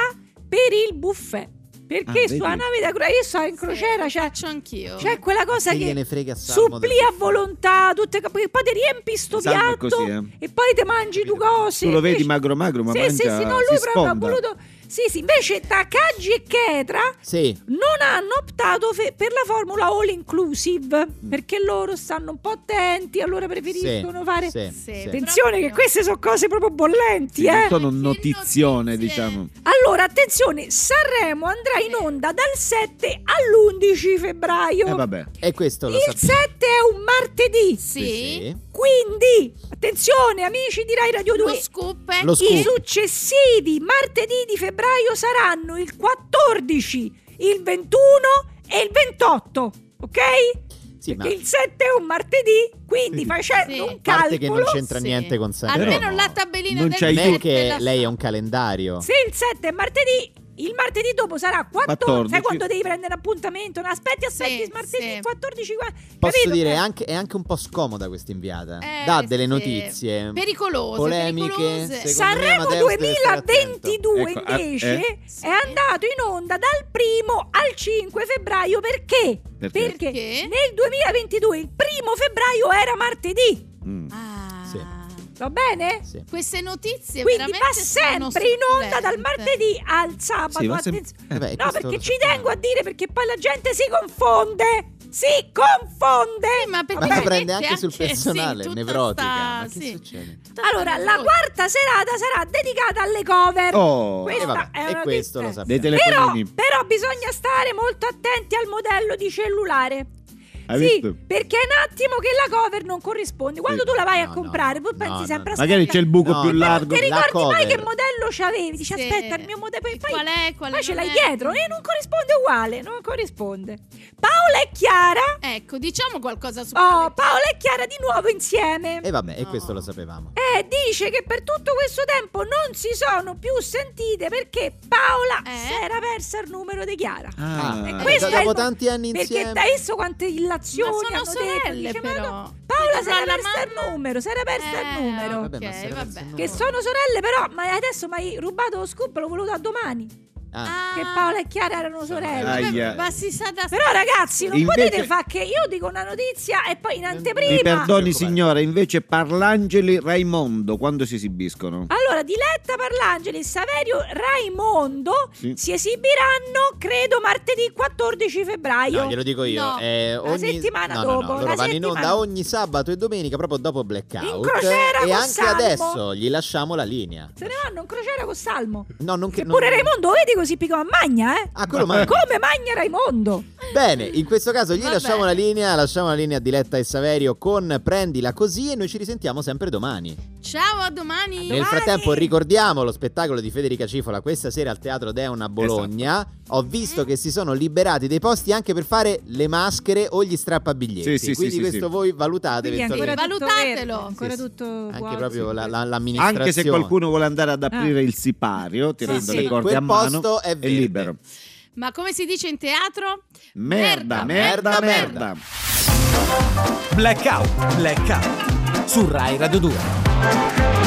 Speaker 4: per il buffet. Perché
Speaker 3: Ah, vedi?
Speaker 4: sulla nave da crociera, io so in crociera
Speaker 2: Sì,
Speaker 4: c'è,
Speaker 2: faccio anch'io.
Speaker 4: c'è quella cosa
Speaker 1: Chi
Speaker 4: che
Speaker 1: gliene frega Salmo del-
Speaker 4: suppli a volontà, tutte, perché poi ti riempi sto
Speaker 3: Salmo è
Speaker 4: piatto
Speaker 3: così, eh.
Speaker 4: e poi ti mangi due cose.
Speaker 3: Tu lo vedi
Speaker 4: Invece-
Speaker 3: magro magro, ma
Speaker 4: sì,
Speaker 3: mangia,
Speaker 4: sì, sì, no, lui
Speaker 3: si
Speaker 4: proprio ha
Speaker 3: sfonda.
Speaker 4: voluto. Sì, sì, invece Takagi e Chetra
Speaker 1: Sì,
Speaker 4: non hanno optato fe- per la formula all inclusive
Speaker 3: Mm.
Speaker 4: perché loro stanno un po' attenti, allora preferiscono
Speaker 1: sì,
Speaker 4: fare.
Speaker 1: sì,
Speaker 2: Sì,
Speaker 1: sì.
Speaker 2: però-
Speaker 4: Attenzione, che queste sono cose proprio bollenti,
Speaker 3: Non
Speaker 4: eh.
Speaker 3: sono
Speaker 2: Che
Speaker 3: notizione,
Speaker 2: notizie.
Speaker 3: diciamo.
Speaker 4: Allora, attenzione, Sanremo andrà in onda dal 7 all'11 febbraio.
Speaker 3: E Eh, vabbè.
Speaker 1: E questo lo
Speaker 4: Il
Speaker 1: Eh, sappiamo.
Speaker 4: 7 è un martedì,
Speaker 2: Sì.
Speaker 4: quindi attenzione amici di Rai Radio 2.
Speaker 2: Lo scoop è
Speaker 1: Lo
Speaker 2: che-
Speaker 4: I
Speaker 1: scoop.
Speaker 4: successivi martedì di febbraio saranno il 14, il 21 e il 28, ok?
Speaker 1: Sì, sì ma
Speaker 4: Perché il 7 è un martedì, quindi
Speaker 3: Sì.
Speaker 4: facendo
Speaker 2: Sì.
Speaker 4: un
Speaker 1: a parte che non
Speaker 4: calcolo,
Speaker 1: c'entra
Speaker 2: sì.
Speaker 1: niente con Sanremo.
Speaker 2: almeno la tabellina
Speaker 3: Non
Speaker 2: del
Speaker 3: c'hai
Speaker 1: Non è
Speaker 3: tu.
Speaker 1: che
Speaker 2: della-
Speaker 1: lei è un calendario.
Speaker 4: se il 7 è martedì, il martedì dopo sarà 14,
Speaker 3: 14.
Speaker 4: sai quando devi prendere un appuntamento? No, aspetti, aspetti,
Speaker 2: Sì,
Speaker 4: martedì
Speaker 2: sì.
Speaker 4: 14, qua-
Speaker 1: Posso
Speaker 4: capito?
Speaker 1: dire, è anche, è anche un po' scomoda questa inviata.
Speaker 2: Eh,
Speaker 1: Dà delle
Speaker 2: sì.
Speaker 1: notizie.
Speaker 2: Pericolose,
Speaker 1: polemiche,
Speaker 2: pericolose.
Speaker 1: secondo
Speaker 4: Sanremo
Speaker 1: me Amadeus deve stare attento.
Speaker 4: 2022
Speaker 3: Ecco, ah,
Speaker 4: invece
Speaker 3: eh?
Speaker 2: Sì.
Speaker 4: è andato in onda dal primo al 5 febbraio perché?
Speaker 3: Perché?
Speaker 4: Perché,
Speaker 2: Perché?
Speaker 4: nel 2022 il primo febbraio era martedì,
Speaker 3: Mm.
Speaker 2: Ah.
Speaker 1: Sì.
Speaker 4: va bene?
Speaker 1: Sì.
Speaker 2: Queste notizie
Speaker 4: Quindi
Speaker 2: veramente
Speaker 4: va
Speaker 2: sono
Speaker 4: sempre in onda dal
Speaker 2: succulente.
Speaker 4: martedì al sabato.
Speaker 3: Sì, va sem-
Speaker 4: attenzione.
Speaker 3: eh,
Speaker 1: Vabbè,
Speaker 4: no,
Speaker 1: questo
Speaker 4: perché
Speaker 1: lo
Speaker 4: ci
Speaker 1: sappiamo.
Speaker 4: tengo a dire perché poi la gente si confonde. Si confonde.
Speaker 2: ma perché-
Speaker 1: Ma
Speaker 4: Va
Speaker 1: la
Speaker 2: Vabbè,
Speaker 4: bene.
Speaker 1: prende anche sul
Speaker 2: anche- sì,
Speaker 1: personale,
Speaker 2: tutta
Speaker 1: nevrotica.
Speaker 2: sta-
Speaker 1: Ma che
Speaker 2: sì.
Speaker 1: succede?
Speaker 4: Allora, la quarta serata sarà dedicata alle cover.
Speaker 3: Oh,
Speaker 4: Questa
Speaker 1: E eh, vabbè,
Speaker 4: è
Speaker 1: e
Speaker 4: una
Speaker 1: questo lo
Speaker 4: notizia.
Speaker 3: dei
Speaker 1: sappiamo.
Speaker 4: Però,
Speaker 3: telefonini.
Speaker 4: però bisogna stare molto attenti al modello di cellulare.
Speaker 3: Hai
Speaker 4: sì,
Speaker 3: visto?
Speaker 4: perché è un attimo che la cover non corrisponde. Quando tu la vai a
Speaker 1: No,
Speaker 4: comprare, tu
Speaker 1: no,
Speaker 4: pensi
Speaker 1: no,
Speaker 4: sempre a
Speaker 3: Magari c'è il buco
Speaker 1: No,
Speaker 3: più
Speaker 1: no,
Speaker 3: largo.
Speaker 4: Ti
Speaker 1: La
Speaker 4: ricordi mai
Speaker 1: cover.
Speaker 4: che modello c'avevi?
Speaker 2: Sì.
Speaker 4: Dici aspetta, il mio modello. Poi, poi-
Speaker 2: Qual è? Qual
Speaker 4: poi ce
Speaker 2: non
Speaker 4: l'hai
Speaker 2: è?
Speaker 4: dietro e non corrisponde uguale. Non corrisponde. Paola e Chiara.
Speaker 2: Ecco, diciamo qualcosa su
Speaker 4: Oh, Paola e Chiara di nuovo insieme.
Speaker 1: E vabbè, e questo
Speaker 2: No.
Speaker 1: lo sapevamo.
Speaker 4: E dice che per tutto questo tempo non si sono più sentite perché Paola
Speaker 2: Eh?
Speaker 4: si era persa il numero di Chiara. E
Speaker 3: Ah,
Speaker 1: Eh,
Speaker 4: questo è
Speaker 1: dopo
Speaker 4: il-
Speaker 1: tanti anni
Speaker 4: Perché
Speaker 1: insieme.
Speaker 4: hai visto quante illazioni
Speaker 2: Ma sono
Speaker 4: hanno
Speaker 2: sorelle,
Speaker 4: detto? Dice,
Speaker 2: però.
Speaker 4: "Ma no, Paola
Speaker 2: Perché
Speaker 4: si era
Speaker 2: la
Speaker 4: persa il
Speaker 2: mamma-
Speaker 4: numero, si era persa il
Speaker 2: Eh,
Speaker 4: numero.
Speaker 1: Vabbè, ma
Speaker 2: ok,
Speaker 1: se era
Speaker 2: vabbè.
Speaker 1: perso il numero.
Speaker 4: Che sono sorelle però, ma adesso mi hai rubato lo scoop, lo voluto a domani.
Speaker 1: Ah,
Speaker 2: Ah.
Speaker 4: Che Paola e Chiara erano sorelle.
Speaker 3: Dai. Aia.
Speaker 2: Ma si sa da
Speaker 4: Però ragazzi, non
Speaker 3: Invece-
Speaker 4: potete fare che io dico una notizia e poi in
Speaker 3: Mi
Speaker 4: anteprima...
Speaker 3: perdoni
Speaker 1: Ecco,
Speaker 3: signora, invece Parlangeli Raimondo quando si esibiscono?
Speaker 4: Allora, Diletta Parlangeli e Saverio Raimondo
Speaker 3: Sì.
Speaker 4: si esibiranno, credo, martedì 14 febbraio.
Speaker 1: No, glielo dico io.
Speaker 2: No.
Speaker 1: eh,
Speaker 4: La
Speaker 1: ogni...
Speaker 4: settimana
Speaker 1: no,
Speaker 4: dopo,
Speaker 1: No, no, loro
Speaker 4: la
Speaker 1: vanno in onda
Speaker 4: settimana-
Speaker 1: ogni sabato e domenica, proprio dopo Blackout.
Speaker 4: In crociera
Speaker 1: e
Speaker 4: con
Speaker 1: anche
Speaker 4: Salmo.
Speaker 1: adesso gli lasciamo la linea.
Speaker 4: Se ne vanno in crociera con Salmo.
Speaker 1: No, non che,
Speaker 4: Eppure
Speaker 1: non-
Speaker 4: Raimondo, vedi così picò a magna, eh?
Speaker 1: Ah, quello manca.
Speaker 4: Come magna Raimondo?
Speaker 1: Bene, in questo caso gli
Speaker 2: Vabbè.
Speaker 1: lasciamo la linea, lasciamo la linea a Diletta e Saverio con Prendila così e noi ci risentiamo sempre domani.
Speaker 2: Ciao, a domani.
Speaker 1: Nel frattempo ricordiamo lo spettacolo di Federica Cifola questa sera al Teatro Deon
Speaker 3: Esatto.
Speaker 1: a Bologna. Ho
Speaker 4: Mm.
Speaker 1: visto che si sono liberati dei posti anche per fare le maschere o gli strappabiglietti.
Speaker 3: Sì, sì, sì,
Speaker 1: Quindi
Speaker 3: sì,
Speaker 1: questo
Speaker 3: sì.
Speaker 1: voi valutate
Speaker 4: Quindi
Speaker 1: eventualmente.
Speaker 4: ancora tutto
Speaker 2: Valutatelo.
Speaker 4: verde, ancora
Speaker 1: Ah, Sì, sì.
Speaker 4: tutto vuoto,
Speaker 1: anche proprio la,
Speaker 4: sì.
Speaker 1: la- l'amministrazione.
Speaker 3: Anche se qualcuno vuole andare ad aprire il sipario,
Speaker 1: Sì,
Speaker 3: tirando
Speaker 1: Ah. sì,
Speaker 3: le corde
Speaker 1: quel
Speaker 3: a mano,
Speaker 1: posto è verde.
Speaker 3: libero.
Speaker 2: Ma come si dice in teatro?
Speaker 3: Merda,
Speaker 2: Merda,
Speaker 3: merda, merda.
Speaker 1: merda.
Speaker 5: Blackout, blackout su Rai Radio 2.